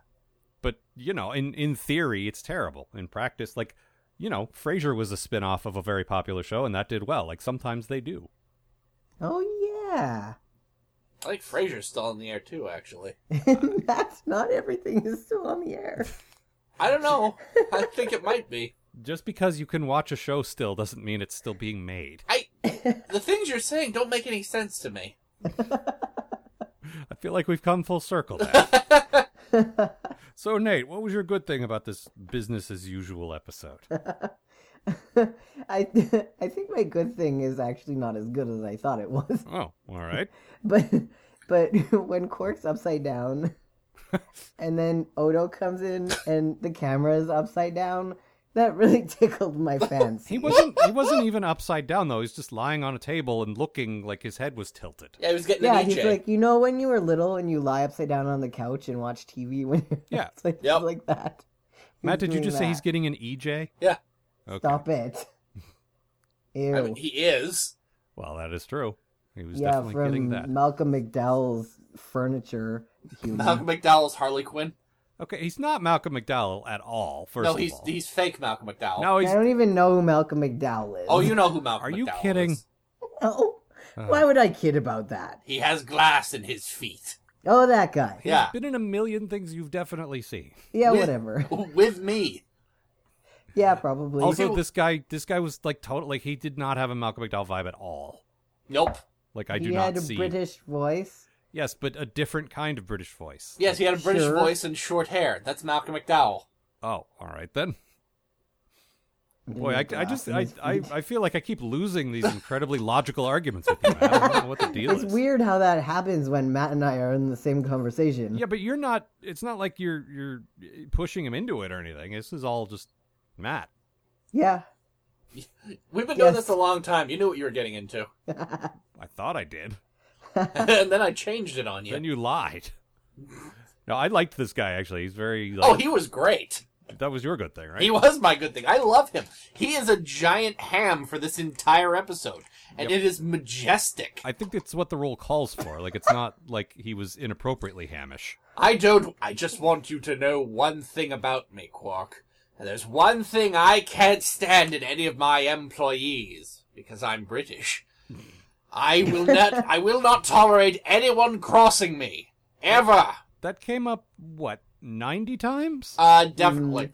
B: But, you know, in, in theory, it's terrible. In practice, like, you know, Frasier was a spin off of a very popular show, and that did well. Like, sometimes they do.
C: Oh yeah. *laughs*
D: I think Frasier's still in the air too, actually.
C: That's not everything is still on the air. *laughs*
D: I don't know. I think it might be.
B: Just because you can watch a show still doesn't mean it's still being made.
D: I
C: *laughs*
D: the things you're saying don't make any sense to me.
B: I feel like we've come full circle now.
C: *laughs*
B: so, Nate, what was your good thing about this business as usual
C: *laughs*
B: episode?
C: I *laughs* I think my good thing is actually not as good as I thought it was.
B: Oh, all right.
C: But *laughs* but when Quark's upside
B: *laughs*
C: down and then Odo comes in and the camera is upside down, that really *laughs* tickled my fancy.
B: He wasn't he wasn't even upside down though. He's just lying on a table and looking like his head was tilted.
D: Yeah, he was getting
C: yeah,
D: an E EJ.
C: he's
B: E
C: like, you know when you were little and you lie upside down on the couch and watch TV when you're
B: Yeah.
C: upside *laughs*
D: Yep.
C: like that. He
B: Matt,
C: was
B: did you
C: doing
B: just say
C: that.
B: he's getting an EJ?
D: yeah.
B: Okay.
C: *laughs*
B: *laughs*
C: Stop it. Ew.
D: I mean, he is.
B: Well, that is true. He was
C: yeah,
B: definitely getting
C: from
B: that.
C: Malcolm McDowell's furniture.
B: Mm-hmm.
C: human.
D: Malcolm McDowell's Harley Quinn.
B: Okay, he's not Malcolm McDowell at all. First
D: no,
B: of
D: he's
B: all,
D: he's fake Malcolm McDowell.
B: no, he's
C: I don't even know who Malcolm McDowell is.
D: Oh, you know who Malcolm
B: Are
D: McDowell
B: you kidding?
D: is.
C: Oh, *laughs* why would I kid about that?
D: He has glass in his feet.
C: Oh, that guy.
B: he's
D: Yeah.
B: been in a million things you've definitely seen.
C: Yeah,
D: With-
C: whatever. *laughs*
D: *laughs* With me.
C: Yeah, probably.
B: Also, this guy, this guy was like total, like he did not have a Malcolm McDowell vibe at all.
D: Nope.
B: Like I
C: he
B: do
C: had
B: not
C: a
B: see.
C: British voice.
B: Yes, but a different kind of British voice.
D: Yes, he had a British
C: Sure.
D: voice and short hair. That's Malcolm McDowell.
B: Oh, all right then. Boy, I,
C: And
B: I just I,
C: glass in
B: I
C: his feet.
B: I feel like I keep losing these incredibly logical arguments with you. Man. I don't know what the deal
C: It's
B: is.
C: weird how that happens when Matt and I are in the same conversation.
B: Yeah, but you're not. It's not like you're you're pushing him into it or anything. This is all just Matt.
C: Yeah.
D: We've been doing
C: Yes.
D: this a long time. You knew what you were getting into. *laughs*
B: I thought I did.
D: and then I changed it on you.
B: Then you
C: *laughs*
B: lied. No, I liked this guy actually. He's very. Like,
D: oh, he was great.
B: that was your good thing, right?
D: He was my good thing. I love him. He is a giant ham for this entire episode, and it is majestic.
B: I think it's what the role calls for. Like it's not like he was inappropriately hamish.
D: I don't. I just want you to know one thing about me, Quark. And there's one thing I can't stand in any of my employees because I'm British. I will not. I will not tolerate anyone crossing me ever.
B: That came up what ninety times?
D: Uh, definitely.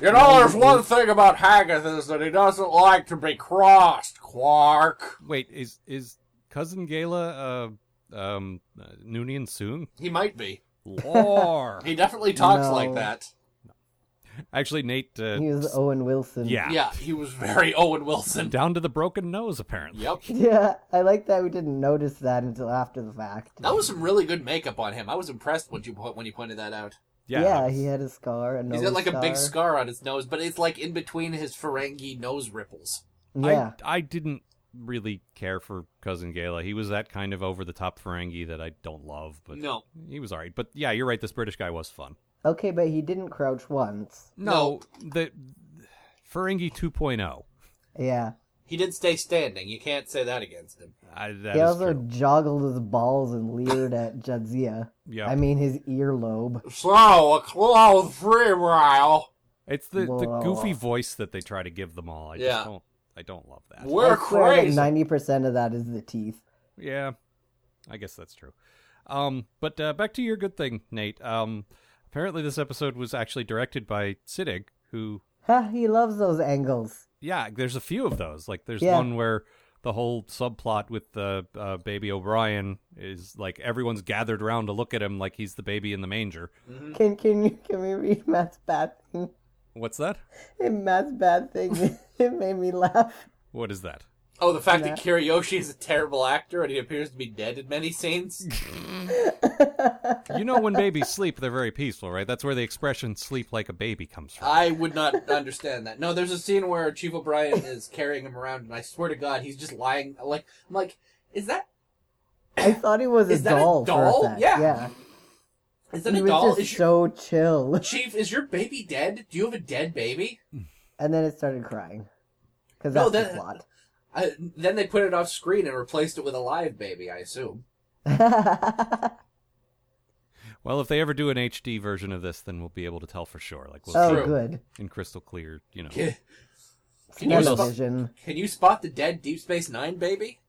D: You know, there's one thing about Haggith is that he doesn't like to be crossed, Quark.
B: Wait, is is cousin Gala uh um uh, Noonien Soong?
D: He might be.
B: Lore.
D: He definitely talks
C: No.
D: like that.
B: *laughs* Actually, Nate. Uh,
C: He was Owen Wilson.
B: yeah.
D: Yeah, he was very *laughs* Owen Wilson.
B: Down to the broken nose, apparently.
C: *laughs*
D: Yep.
C: Yeah, I like that we didn't notice that until after the fact.
B: Oh,
D: That was some really good makeup on him. I was impressed when you po- when you pointed that out.
B: Yeah.
C: yeah, he had a scar. A
D: He's
C: nose
D: got like a big
C: scar.
D: scar on his nose, but it's like in between his Ferengi nose ripples.
C: Yeah.
B: I, I didn't really care for cousin Gala. He was that kind of over the top Ferengi that I don't love, but
D: No.
B: he was all right. But yeah, you're right. This British guy was fun.
C: Okay, but he didn't crouch once.
B: No, the Ferengi oh. 2.0.
C: Yeah.
D: He did stay standing. You can't say that against him.
B: I, that
C: he
B: is
C: also
B: true.
C: joggled his balls and leered
B: *laughs*
C: at Jadzia.
B: Yeah.
C: I mean, his earlobe.
D: So, a close freewheel.
B: It's the, the
C: Blah.
B: goofy voice that they try to give them all. I
D: Yeah.
B: just don't. I don't love that.
D: We're crazy.
C: Ninety percent of that is the teeth.
B: Yeah, I guess that's true. Um, but uh, back to your good thing, Nate. Um, apparently this episode was actually directed by Siddig, who
C: Ha! He loves those angles.
B: yeah, there's a few of those. Like there's
C: Yeah.
B: one where the whole subplot with the uh, baby O'Brien is like everyone's gathered around to look at him like he's the baby in the manger.
D: Mm.
C: Can can you can we read Matt's bad thing?
B: What's that?
C: Matt's bad thing. *laughs* it made me laugh.
B: What is that?
D: Oh, the fact that Kiriyoshi is a terrible actor and he appears to be dead in
C: *laughs*
D: many scenes.
B: You know, when babies sleep, they're very peaceful, right? That's where the expression "sleep like a baby" comes
C: Uh,
B: from.
D: I would not understand that. No, there's a scene where Chief O'Brien is carrying him around, and I swear to God, he's just lying. Like I'm like, is that
C: I thought he was a
D: Is that a
C: doll.
D: doll?
C: For a sec.
D: Yeah.
C: yeah.
D: is that
C: he
D: a
C: was
D: doll?
C: just
D: Is your,
C: so chill.
D: Chief, is your baby dead? Do you have a dead baby?
C: And then it started crying. Because
D: No,
C: that's
D: that-
C: the plot.
D: I, then they put it off screen and replaced it with a live baby. I assume.
B: Well, if they ever do an HD version of this, then we'll be able to tell for sure. Like, we'll
C: oh,
D: True.
C: good.
B: in crystal clear, you know.
D: Can, *laughs* can you
C: Tunnel
D: spot,
C: vision.
D: can you spot the dead Deep Space Nine baby?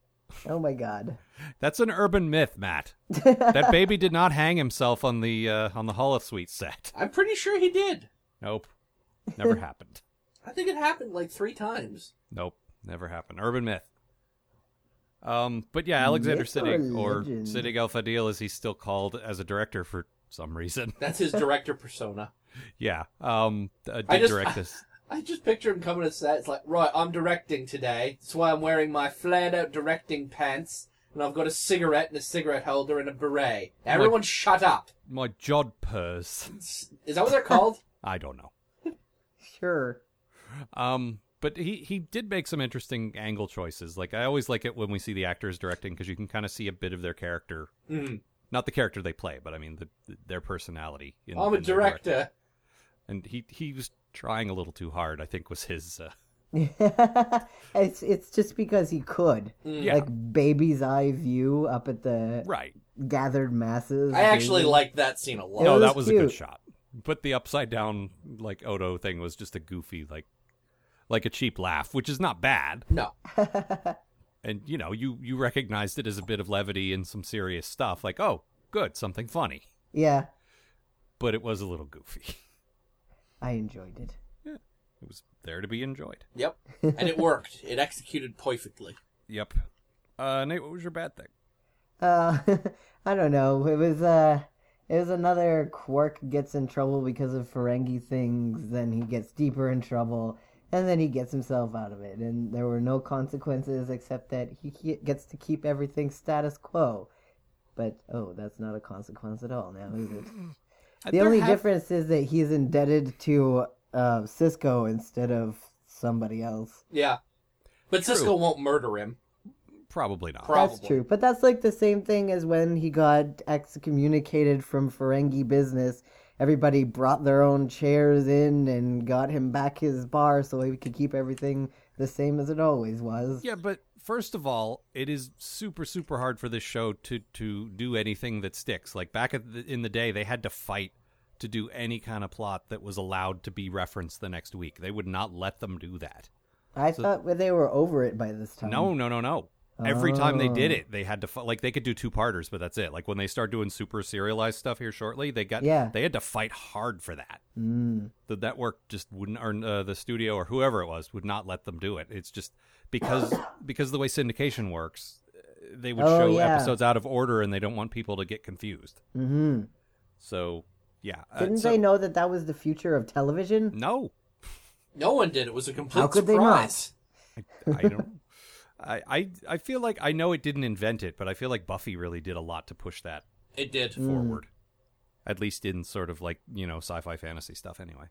C: Oh my god.
B: That's an urban myth, Matt. that baby did not hang himself on the uh, on the holosuite set.
D: I'm pretty sure he did.
B: Nope,
C: *laughs*
B: never happened.
D: I think it happened like three times.
B: Nope, never happened. Urban myth. Um, but yeah, Alexander
C: Myth or
B: Siddig or
C: legend?
B: Siddig El Fadil, as he's still called as a director for some reason. *laughs*
D: That's his director persona.
B: yeah, um, uh,
D: I
B: did
D: just-
B: direct this.
D: I just picture him coming to set. It's like, right, I'm directing today. That's why I'm wearing my flared out directing pants. And I've got a cigarette and a cigarette holder and a beret. Everyone shut up.
B: My jodhpurs.
D: Is that what they're called?
B: I don't know.
C: Sure. *laughs*
B: Um, but he he did make some interesting angle choices. Like I always like it when we see the actors directing because you can kind of see a bit of their character,
D: Mm.
B: not the character they play, but I mean the, their personality. *laughs* In,
D: I'm a
B: in their directing.
D: director.
B: and he he was trying a little too hard. I think was his. Uh,
C: it's it's just because he could.
D: Mm.
B: Yeah.
C: Like baby's eye view up at the
B: right.
C: gathered masses.
D: I actually
C: Baby.
D: like oh, that scene a lot.
B: no,
C: was
B: that was a good
C: cute.
B: shot. But the upside down like Odo thing was just a goofy like like a cheap laugh, which is not bad.
D: No.
B: And you know, you you recognized it as a bit of levity and some serious stuff. Like, oh, good, something funny.
C: *laughs* Yeah.
B: But it was a little goofy. *laughs*
C: I enjoyed it.
B: It was there to be enjoyed.
D: Yep. And it worked. It executed perfectly.
B: Yep. Uh, Nate, what was your bad thing?
C: Uh, *laughs* I don't know. It was uh, it was another Quark gets in trouble because of Ferengi things. Then he gets deeper in trouble, and then he gets himself out of it. And there were no consequences except that he ke- gets to keep everything status quo. But oh, that's not a consequence at all now, is it? The only difference is that he's indebted to uh, Cisco instead of somebody else.
D: Yeah. But Cisco won't murder him.
B: Probably not.
D: Pro- Probably.
C: That's true, but that's like the same thing as when he got excommunicated from Ferengi business. Everybody brought their own chairs in and got him back his bar so he could keep everything the same as it always was.
B: yeah, but first of all, it is super super hard for this show to to do anything that sticks. Like back at the, in the day, they had to fight to do any kind of plot that was allowed to be referenced the next week. They would not let them do that.
C: I thought well, they were over it by this time.
B: No, no, no, no. Every time they did
C: Oh.
B: it, they had to fi- like they could do two parters, but that's it. Like when they start doing super serialized stuff here shortly, they got
C: Yeah.
B: they had to fight hard for that.
C: Mm.
B: the network just wouldn't or uh, the studio or whoever it was would not let them do it it's just
C: *coughs*
B: because because of the way syndication works uh, they would
C: Oh,
B: show
C: yeah.
B: episodes out of order and they don't want people to get confused
C: hmm
B: so yeah uh,
C: Didn't
B: so-
C: they know that that was the future of television?
B: no
D: No one did. It was a complete
C: How could they not?
D: surprise.
B: i don't *laughs* I, I i feel like i know it didn't invent it but i feel like buffy really did a lot to push that
D: It did.
C: Mm.
B: forward at least in sort of like you know sci-fi fantasy stuff anyway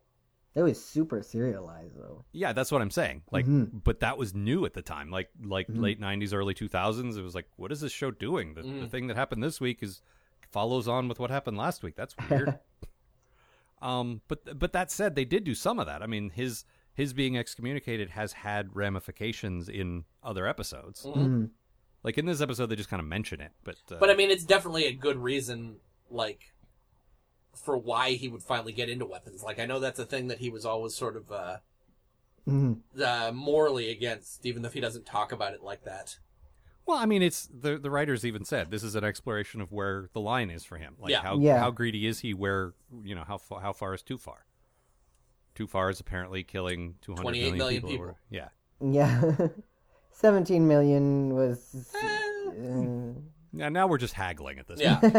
C: That was super serialized, though.
B: Yeah, that's what I'm saying. Like,
C: Mhm.
B: but that was new at the time. Like, like late '90s, early 2000s. It was like, what is this show doing? The, the
D: Mm.
B: thing that happened this week is follows on with what happened last week. That's weird. um, but but that said, they did do some of that. I mean, his his being excommunicated has had ramifications in other episodes.
D: Hmm?
C: Mm.
B: Like in this episode, they just kind of mention it. But uh,
D: But I mean, it's definitely a good reason, like, for why he would finally get into weapons. Like, I know that's a thing that he was always sort of uh,
C: Mm.
D: uh, morally against, even if he doesn't talk about it like that.
B: Well, I mean, it's the the writers even said this is an exploration of where the line is for him. Like
D: Yeah.
B: how
C: Yeah.
B: how greedy is he? Where you know how fa- how far is too far? Too far is apparently killing 200
D: 28
B: million
D: million
B: people.
D: people.
B: or- yeah,
C: Yeah. *laughs* 17 million was.
D: Eh.
C: uh, mm-hmm.
B: now, now we're just haggling at this.
D: Yeah.
B: point.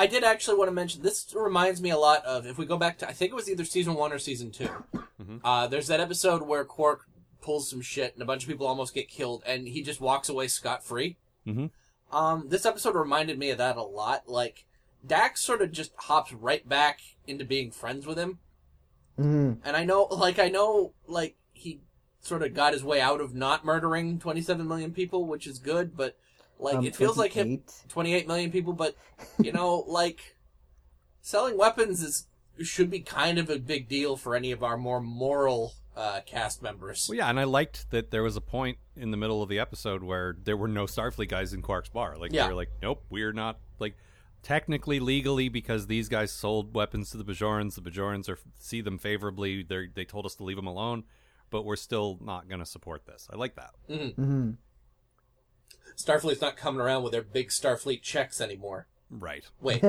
D: I did actually want to mention this reminds me a lot of if we go back to I think it was either season one or season 2 Uh, there's that episode where Quark pulls some shit, and a bunch of people almost get killed, and he just walks away scot free.
B: Mhm.
D: Um, this episode reminded me of that a lot. Like Dax sort of just hops right back into being friends with him,
C: hmm
D: and I know, like, I know, like he sort of got his way out of not murdering twenty-seven million people, which is good, but like
C: Um,
D: it feels like him 28 million people, but you know, like selling weapons is should be kind of a big deal for any of our more moral uh, cast members.
B: Well, yeah, and I liked that there was a point in the middle of the episode where there were no Starfleet guys in Quark's bar. Like
D: Yeah.
B: they were like, nope, we're not like technically legally because these guys sold weapons to the Bajorans. The Bajorans are see them favorably. They they told us to leave them alone, but we're still not going to support this. I like that.
C: hmm
D: Starfleet's not coming around with their big Starfleet checks anymore.
B: Right.
C: *laughs*
D: Wait,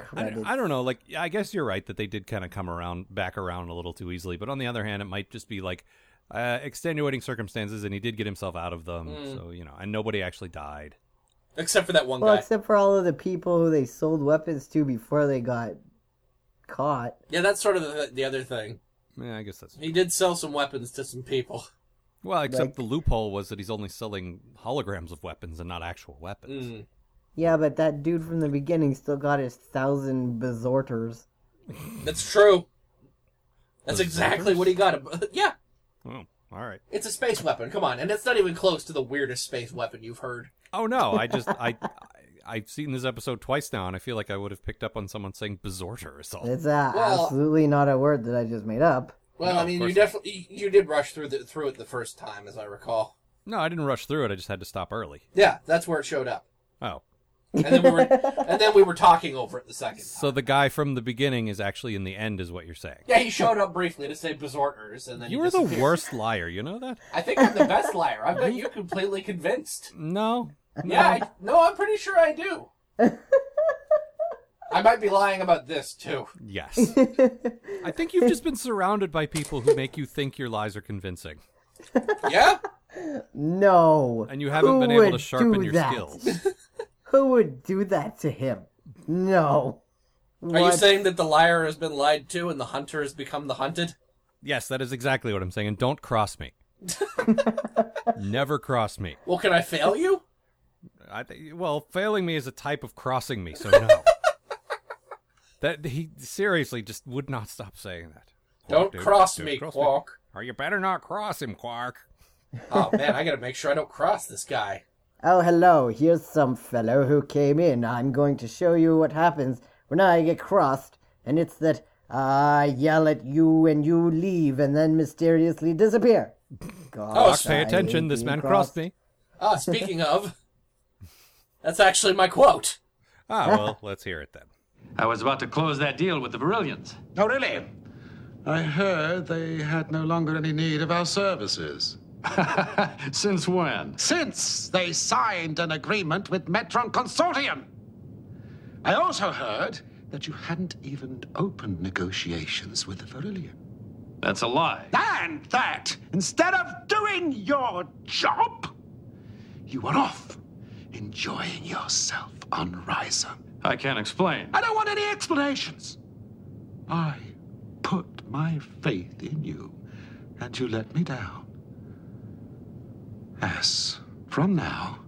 B: I,
C: Credits.
B: don't- I don't know. Like, yeah, I guess you're right that they did kind of come around back around a little too easily. But on the other hand, it might just be like uh, extenuating circumstances, and he did get himself out of them.
D: Mm.
B: So you know, and nobody actually died.
D: except for that one
C: well,
D: guy.
C: except for all of the people who they sold weapons to before they got caught.
D: Yeah, that's sort of the, the other thing.
B: Yeah, I guess that's
D: He did sell some weapons to some people.
B: well. Except
C: Like-
B: the loophole was that he's only selling holograms of weapons and not actual weapons.
D: Mm.
C: Yeah, but that dude from the beginning still got his thousand besorters.
D: That's true. That's
B: Those
D: exactly
B: Zergers?
D: what he got. *laughs* Yeah,
B: Oh, all right.
D: it's a space weapon. Come on, and it's not even close to the weirdest space weapon you've heard.
B: Oh no, I just I. I I've seen this episode twice now, and I feel like I would have picked up on someone saying "bezorter" or something.
C: It's uh,
D: Well-
C: absolutely not a word that I just made up.
D: Well,
B: No,
D: I
B: of
D: mean,
B: course
D: you
B: not.
D: definitely you did rush through the, through it the first time, as I recall.
B: No, I didn't rush through it. I just had to stop early.
D: Yeah, that's where it showed up,
B: Oh,
D: and then
B: *laughs*
D: we were and then we were talking over it the second. Time.
B: so the guy from the beginning is actually in the end, is what you're saying?
D: yeah, he showed up briefly to say berserkers, and then
B: You
D: he
B: were the
D: disappeared.
B: worst liar. You know that?
D: I think I'm
B: *laughs*
D: the best liar. I've got you completely convinced.
B: No.
D: Yeah, I, no, I'm pretty sure
B: *laughs*
D: I do. I might be lying about this too.
C: *laughs*
B: Yes. I think you've just been surrounded by people who make you think your lies are convincing,
D: Yeah,
C: No.
B: and you haven't
C: Who
B: been able
C: would
B: to sharpen
C: do
B: your
C: that?
B: skills.
C: Who would do that to him? No.
D: are you saying that the liar has been lied to and the hunter has become the hunted?
B: Yes, that is exactly what I'm saying. And don't cross me. Never cross me.
D: Well, can I fail you?
B: I th- well, failing me is a type of crossing me, so no. that he seriously just would not stop saying that.
D: Don't
B: Quark, dude.
D: cross
B: Dude,
D: me,
B: *laughs*
D: Quark.
B: Or you better not cross him, Quark.
D: Oh man, I gotta make sure I don't cross this guy.
C: Oh, hello. Here's some fellow who came in. I'm going to show you what happens when I get crossed. And it's that I yell at you and you leave and then mysteriously disappear. *laughs*
D: Oh,
B: Quark,
C: Gosh,
B: pay
C: I
B: attention.
C: hate
B: This
C: being
B: man crossed me.
D: Ah, speaking of, that's actually my quote.
B: Ah, well, *laughs* let's hear it then.
F: I was about to close that deal with the Verillions.
G: Oh, really?
H: I heard they had no longer any need of our services.
F: *laughs* Since when?
H: Since they signed an agreement with Metron Consortium. I also heard that you hadn't even opened negotiations with the Verillion.
F: That's a lie.
H: And that, instead of doing your job, you were off enjoying yourself on Riser.
F: I can't explain.
H: I don't want any explanations. I put my faith in you, and you let me down. As from now,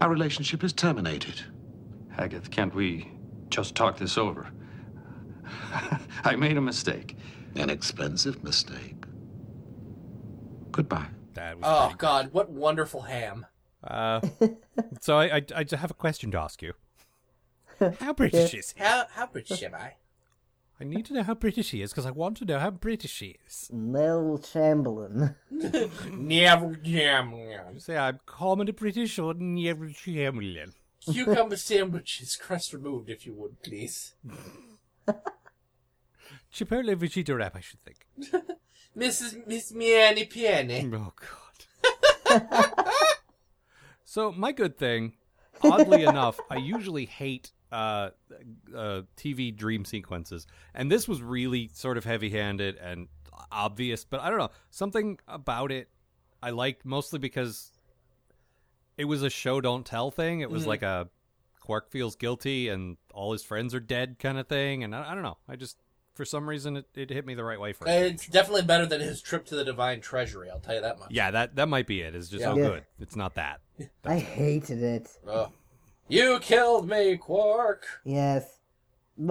H: our relationship is terminated.
F: Haggith, can't we just talk this over? *laughs* I made a mistake.
H: An expensive mistake. Goodbye.
B: That was
D: Oh
B: pretty
D: God, what wonderful ham!
B: Uh,
D: *laughs*
B: so I, I, I just have a question to ask you. How British is he?
D: How how British am I?
B: I need to know how British he is because I want to know how British he is.
C: Mel Chamberlain.
D: Never jam jam.
B: Say I'm common British or never Chamberlain.
D: Cucumber sandwiches, crust removed, if you would please.
B: Chipotle vegeta wrap, I should think.
D: Mrs. Miss Miani
C: Hmm.
D: Piani.
B: *laughs* Oh God. so my good thing, oddly enough, I usually hate uh, uh, TV dream sequences, and this was really sort of heavy-handed and obvious. But I don't know something about it. I liked mostly because it was a show don't tell thing. It was
D: Mhm.
B: like a Quark feels guilty and all his friends are dead kind of thing. And I, I don't know. I just for some reason it, it hit me the right way for a
D: It's
B: change.
D: definitely better than his trip to the Divine Treasury. I'll tell you that much.
B: Yeah, that that might be it. It's just
D: Yeah.
B: oh
C: Yeah.
B: good. It's not that.
C: I hated it.
D: Ugh. you killed me, Quark.
C: Yes.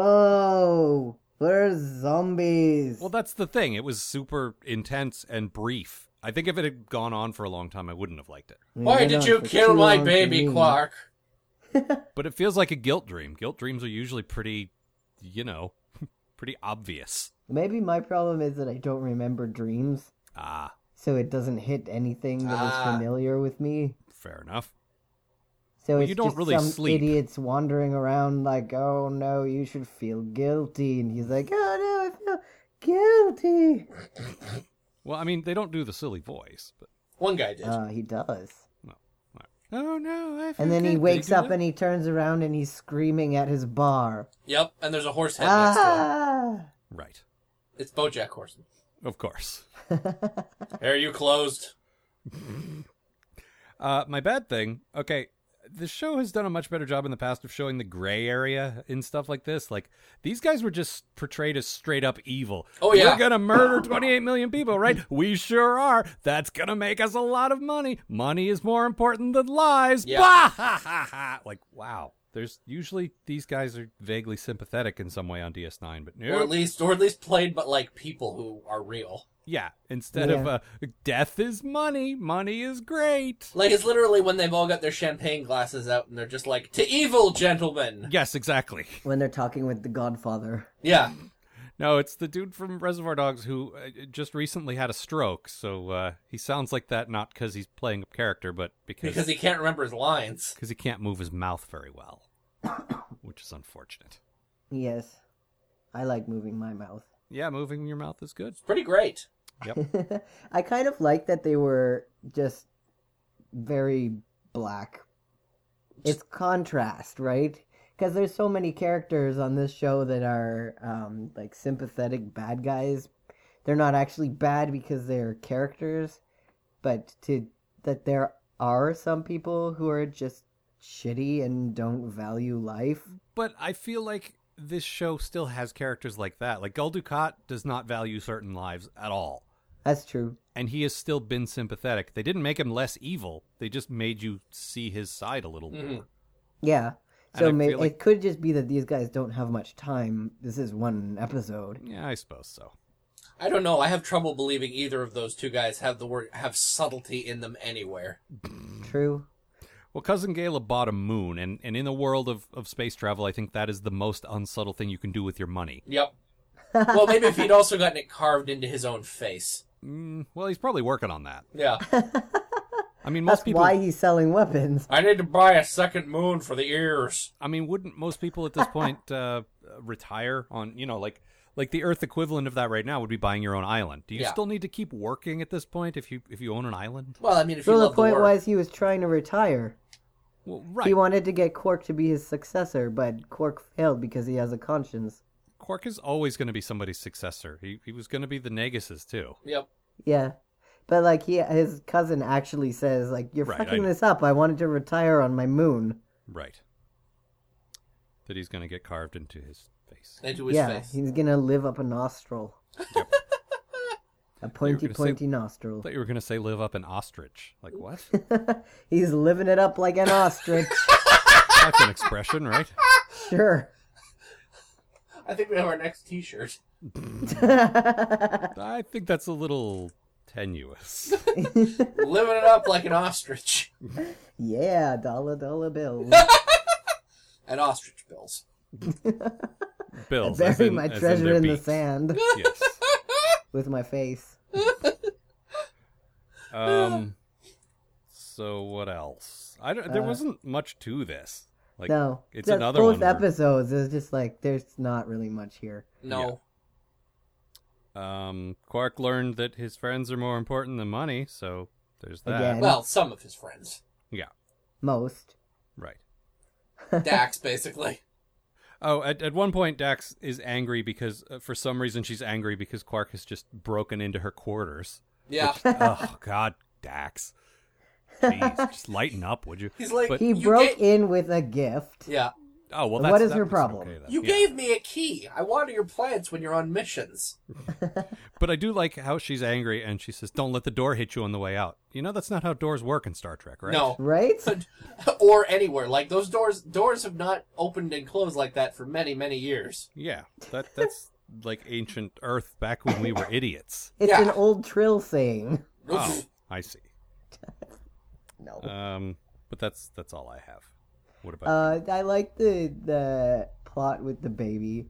C: Whoa! We're zombies.
B: Well, that's the thing. It was super intense and brief. I think if it had gone on for a long time, I wouldn't have liked it.
C: We
D: Why
C: went
D: did
C: on
D: you
C: for
D: kill
C: too
D: my
C: long for
D: baby,
C: me.
D: Quark?
B: But it feels like a guilt dream. Guilt dreams are usually pretty, you know, *laughs* pretty obvious.
C: Maybe my problem is that I don't remember dreams,
B: Ah,
C: so it doesn't hit anything that is
D: Ah.
C: familiar with me.
B: fair enough.
C: So
B: Well,
C: it's
B: you don't
C: just
B: really
C: some
B: sleep.
C: idiots wandering around like, "Oh no, you should feel guilty," and he's like, "Oh no, I feel guilty."
B: Well, I mean, they don't do the silly voice, but
D: One guy did.
C: Uh, he does.
B: oh no, I
C: And then he
B: forget.
C: wakes
B: They do
C: up
B: that.
C: and he turns around and he's screaming at his bar.
D: yep, and there's a horse head next to him.
C: Ah!
B: right,
D: It's BoJack Horseman.
B: of course.
D: Are you closed?
B: Uh, my bad thing. Okay, the show has done a much better job in the past of showing the gray area in stuff like this. Like these guys were just portrayed as straight up evil.
D: Oh, yeah.
B: we're gonna murder 28 million people, right? We sure are. That's gonna make us a lot of money. Money is more important than lies.
D: Yeah.
B: Bah! *laughs* Ha, ha, ha. Like wow. There's usually these guys are vaguely sympathetic in some way on DS9, but
D: Or
B: no.
D: at least, or at least played, but like people who are real.
B: yeah, instead of
C: Yeah.
B: uh, death is money, money is great.
D: Like it's literally when they've all got their champagne glasses out and they're just like, "To evil, gentlemen."
B: Yes, exactly. *laughs*
C: When they're talking with the Godfather.
D: Yeah,
B: No, it's the dude from Reservoir Dogs who uh, just recently had a stroke. So uh, he sounds like that not because he's playing a character, but because
D: because he can't remember his lines.
B: 'cause he can't move his mouth very well, *coughs* which is unfortunate.
C: Yes. I like moving my mouth.
B: Yeah, moving your mouth is good.
D: Pretty great.
C: *laughs* I kind of like that they were just very black. It's contrast, right? Because there's so many characters on this show that are um, like sympathetic bad guys. They're not actually bad because they're characters, but to that there are some people who are just shitty and don't value life.
B: But I feel like this show still has characters like that. Like Gul Dukat does not value certain lives at all,
C: That's true.
B: and he has still been sympathetic. They didn't make him less evil. They just made you see his side a little
D: Mhm.
B: more.
C: Yeah.
B: And I
C: So may-
B: feel like-
C: it could just be that these guys don't have much time. This is one episode.
B: Yeah, I suppose so.
D: I don't know. I have trouble believing either of those two guys have the word have subtlety in them anywhere.
C: True.
B: Well, Cousin Gayla bought a moon, and, and in the world of, of space travel, I think that is the most unsubtle thing you can do with your money.
D: Yep. Well, maybe if he'd also gotten it carved into his own face.
B: Mm, well, he's probably working on that.
D: Yeah.
B: I mean, most
C: That's
B: people.
C: why he's selling
B: *laughs*
C: weapons.
D: I need to buy a second moon for the ears.
B: I mean, wouldn't most people at this point uh, retire on you know like like the Earth equivalent of that right now would be buying your own island? Do you
D: Yeah.
B: still need to keep working at this point if you if you own an island?
D: Well, I mean, if you
C: So the
D: love
C: point
D: the war,
C: was he was trying to retire.
B: Well, right.
C: He wanted to get Quark to be his successor, but Quark failed because he has a conscience.
B: Quark is always going to be somebody's successor. He he was going to be the Negus's too.
D: Yep.
C: Yeah. But like he his cousin actually says like you're
B: Right, I
C: fucking
B: know.
C: this up. I wanted to retire on my moon.
B: Right. That he's going to get carved into his face.
D: Into his
C: yeah,
D: face.
C: he's going to live up a nostril. a pointy
B: gonna say-
C: pointy
B: I
C: nostril.
B: thought you were going to say live up an ostrich. Like what? *laughs*
C: he's living it up like an ostrich.
B: That's an expression, right?
C: sure.
D: I think we have our next T-shirt.
B: I think that's a little
C: *laughs*
B: tenuous.
D: Living it up like an ostrich.
C: Yeah, dollar dollar bills.
D: And ostrich bills.
B: Bills. as
C: Bury
B: in-
C: my
B: as in
C: treasure
B: their
C: in the
B: beaks.
C: sand
B: Yes.
C: *laughs* with my face.
B: Um. So what else? I don't. There wasn't much to this. Like
C: Uh, no,
B: it's
C: That's
B: another
C: both
B: one. where-
C: episodes. It's just like there's not really much here.
D: No.
B: um, Quark learned that his friends are more important than money. So there's that.
C: Again.
D: Well, some of his friends.
B: Yeah.
C: Most.
B: Right.
D: Dax, basically.
B: Oh, at, at one point, Dax is angry because, uh, for some reason, she's angry because Quark has just broken into her quarters.
D: Yeah. *laughs*
B: oh God, Dax. Jeez, just lighten up, would you?
D: He's like
B: But-
C: He
D: "You
C: broke
D: get-"
C: in with a gift.
D: Yeah.
B: Oh well,
C: What
B: that's,
C: is
B: that
C: her
B: makes it
C: problem?
B: okay, then.
D: You
B: Yeah.
D: gave me a key. I water your plants when you're on missions. *laughs*
B: But I do like how she's angry and she says, "Don't let the door hit you on the way out." You know that's not how doors work in Star Trek, right?
D: No,
C: Right?
D: or anywhere. Like those doors. Doors have not opened and closed like that for many, many years.
B: Yeah, that that's *laughs* like ancient Earth back when we were idiots.
C: It's an
D: Yeah.
C: old Trill saying.
B: Oh, I see.
C: No.
B: Um, but that's that's all I have. What about?
C: Uh, I like the the plot with the baby.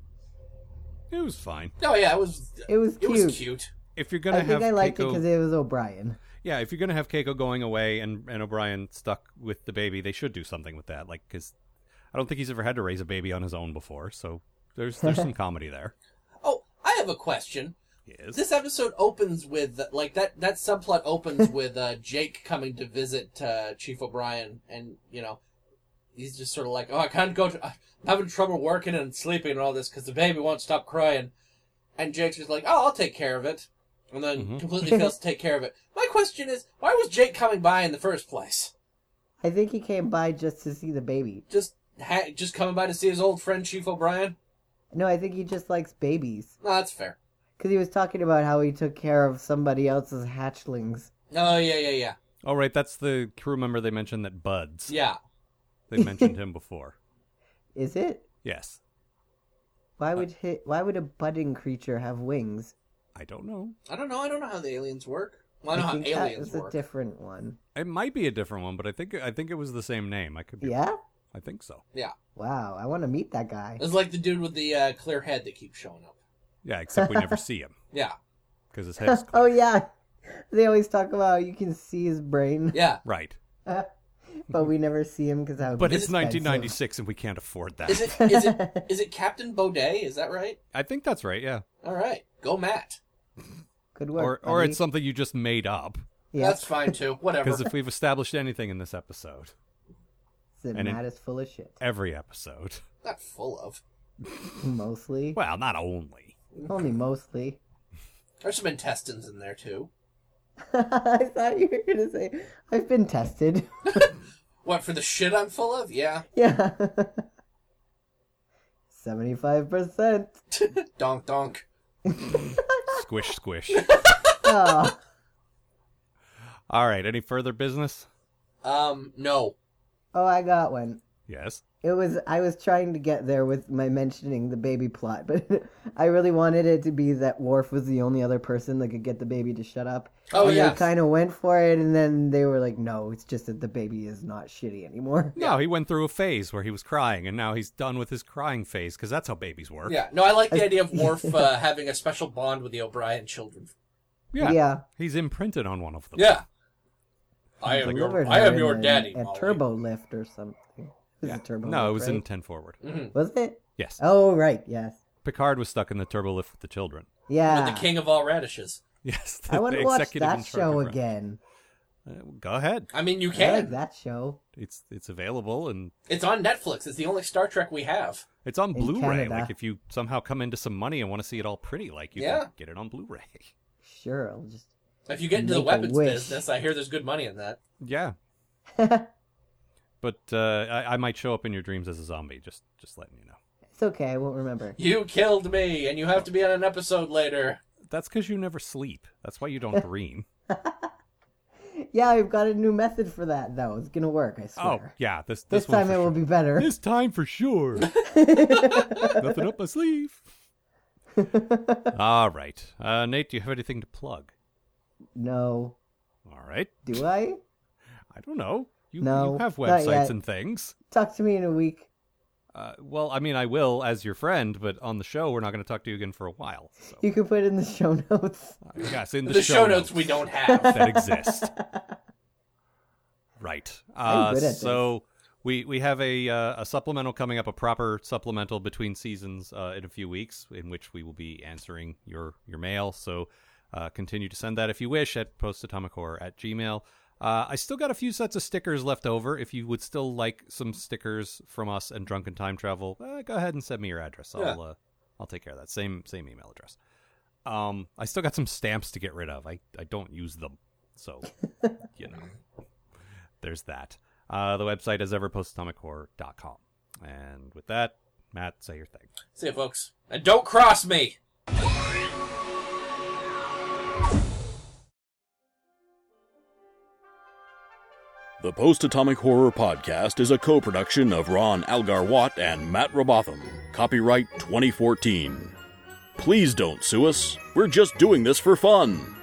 B: you? It was fine.
D: No, Oh, yeah, it was.
C: It was
D: It
C: cute.
D: was cute.
B: If you're gonna
C: I
B: have
C: think I liked it
B: Keiko,
C: because it was O'Brien.
B: yeah, if you're gonna have Keiko going away and and O'Brien stuck with the baby, they should do something with that. Like, because I don't think he's ever had to raise a baby on his own before, so there's
C: *laughs*
B: there's some comedy there.
D: Oh, I have a question.
B: Yes.
D: This episode opens with like that. That subplot
C: *laughs*
D: opens with uh, Jake coming to visit uh, Chief O'Brien, and you know, he's just sort of like, "Oh, I can't go. To, I'm having trouble working and sleeping and all this because the baby won't stop crying." And Jake's just like, "Oh, I'll take care of it," and then completely fails to take care of it. My question is, why was Jake coming by in the first place?
C: I think he came by just to see the baby.
D: Just ha- just coming by to see his old friend Chief O'Brien?
C: No, I think he just likes babies.
D: No, that's fair.
C: Because he was talking about how he took care of somebody else's hatchlings.
D: Oh yeah, yeah, yeah,
B: All right, that's the crew member they mentioned that buds.
D: yeah.
B: They
D: *laughs*
B: mentioned him before.
C: Is it?
B: Yes. Uh,
C: Why would hi Why would a budding creature have wings?
B: I don't know.
D: I don't know. I don't know how the aliens work. Well, I know how
C: think that
D: aliens
C: was
D: work.
C: a different one.
B: It might be a different one, but I think I think it was the same name. I could be.
C: Yeah.
B: I think so.
D: yeah.
C: Wow. I want to meet that guy.
D: It's like the dude with the uh, clear head that keeps showing up.
B: Yeah, except we never see him
D: Yeah,
B: because his
C: *laughs*
B: head's
C: oh yeah. They always talk about how you can see his brain,
D: yeah.
B: right.
C: *laughs* but we never see him because how.
B: But it's
C: expensive.
B: 1996 and we can't afford that.
D: Is it
C: *laughs*
D: is it is it Captain Baudet? Is that right?
B: I think that's right. Yeah.
D: All right, go Matt.
C: Good work.
B: Or or
C: buddy.
B: it's something you just made up
C: Yep.
D: That's fine too. Whatever.
B: because if we've established anything in this episode,
C: Said
B: and it-
C: Matt is full
B: *laughs*
C: of shit.
B: every episode.
D: Not full of.
C: Mostly.
B: Well, not only.
C: Only mostly. *laughs*
D: There's some intestines in there too.
C: I thought you were gonna say I've been tested. *laughs*
D: What for the shit I'm full of? Yeah.
C: yeah. *laughs* Seventy-five
D: *laughs*
C: percent.
D: donk donk.
B: Squish
D: *laughs*
B: squish.
C: Oh,
B: All right. Any further business?
D: Um, no.
C: oh, I got one.
B: Yes.
C: It was I was trying to get there with my mentioning the baby plot, *laughs* but I really wanted it to be that Worf was the only other person that could get the baby to shut up.
D: Oh,
C: and
D: yes.
C: they kind of went for it, and then they were like, "No, it's just that the baby is not shitty anymore." *laughs*
B: No, he went through a phase where he was crying, and now he's done with his crying phase because that's how babies work.
D: Yeah. No, I like
C: *laughs*
D: the idea of Worf uh, having a special bond with the O'Brien children.
B: Yeah.
C: Yeah.
B: He's imprinted on one of them.
D: Yeah. I am
C: Delivered
D: your I am
C: her
D: your
C: in
D: daddy.
C: A
D: Molly.
C: turbo lift or something. It was a turbo.
B: No, it was
C: lift,
B: in
C: right?
B: 10 forward.
C: Was it?
B: Yes.
C: Oh right, yes,
B: Picard was stuck in the turbo lift with the children. *laughs*
C: yeah.
D: The king of all radishes.
B: Yes.
C: I want
B: *laughs*
C: to
B: the
C: watch
B: executive in
C: that
B: charge
C: show
B: of-
C: again.
B: Uh, go ahead.
D: I mean, you
C: I
D: can.
C: like that show.
B: It's it's available and
D: It's on Netflix. It's the only Star Trek we have.
B: it's on
C: In
B: Blu-ray.
C: Canada.
B: Like if you somehow come into some money and want to see it all pretty, like you
D: Yeah.
B: can get it on Blu-ray. *laughs*
C: Sure, I'll just *laughs*
D: If you get into the
C: Make a
D: weapons
C: wish.
D: business, I hear there's good money in that.
B: yeah. but uh, I, I might show up in your dreams as a zombie. Just just letting you know.
C: It's okay. I won't remember.
D: You killed me, and you have to be on an episode later.
B: That's because you never sleep. That's why you don't dream.
C: Yeah, I've got a new method for that though. It's gonna work. I swear.
B: oh yeah. This
C: this
B: this,
C: time
B: one
C: it
B: for
C: will
B: sure.
C: be better.
B: This time for sure. Nothing up my sleeve. All right. Uh, Nate, do you have anything to plug?
C: *laughs* no,
B: All right.
C: do I?
B: I don't know. You,
C: No,
B: you have
C: not
B: websites
C: yet.
B: and things.
C: Talk to me in a week.
B: Uh, well, I mean, I will as your friend, but on the show, we're not going to talk to you again for a while. So,
C: You can put it in the show *laughs* notes.
B: uh, yes, in
D: *laughs* The,
B: the,
D: show, notes, we don't have. *laughs*
B: that exist. right. Uh,
C: I'm good at
B: so we we have a uh, a supplemental coming up, a proper supplemental between seasons uh, in a few weeks, in which we will be answering your your mail. So uh, continue to send that if you wish at postatomichorror at gmail. Uh, I still got a few sets of stickers left over. If you would still like some stickers from us and Drunken Time Travel, uh, go ahead and send me your address. I'll
D: Yeah.
B: uh, I'll take care of that. Same same email address. Um, I still got some stamps to get rid of. I, I don't use them, so you know, there's that. Uh, the website is everpostatomichorror.com. And with that, Matt, say your thing.
D: See you, folks. And don't cross me.
A: The Post Atomic Horror Podcast is a co production of Ron Algar Watt and Matt Robotham. Copyright 2014. Please don't sue us. We're just doing this for fun.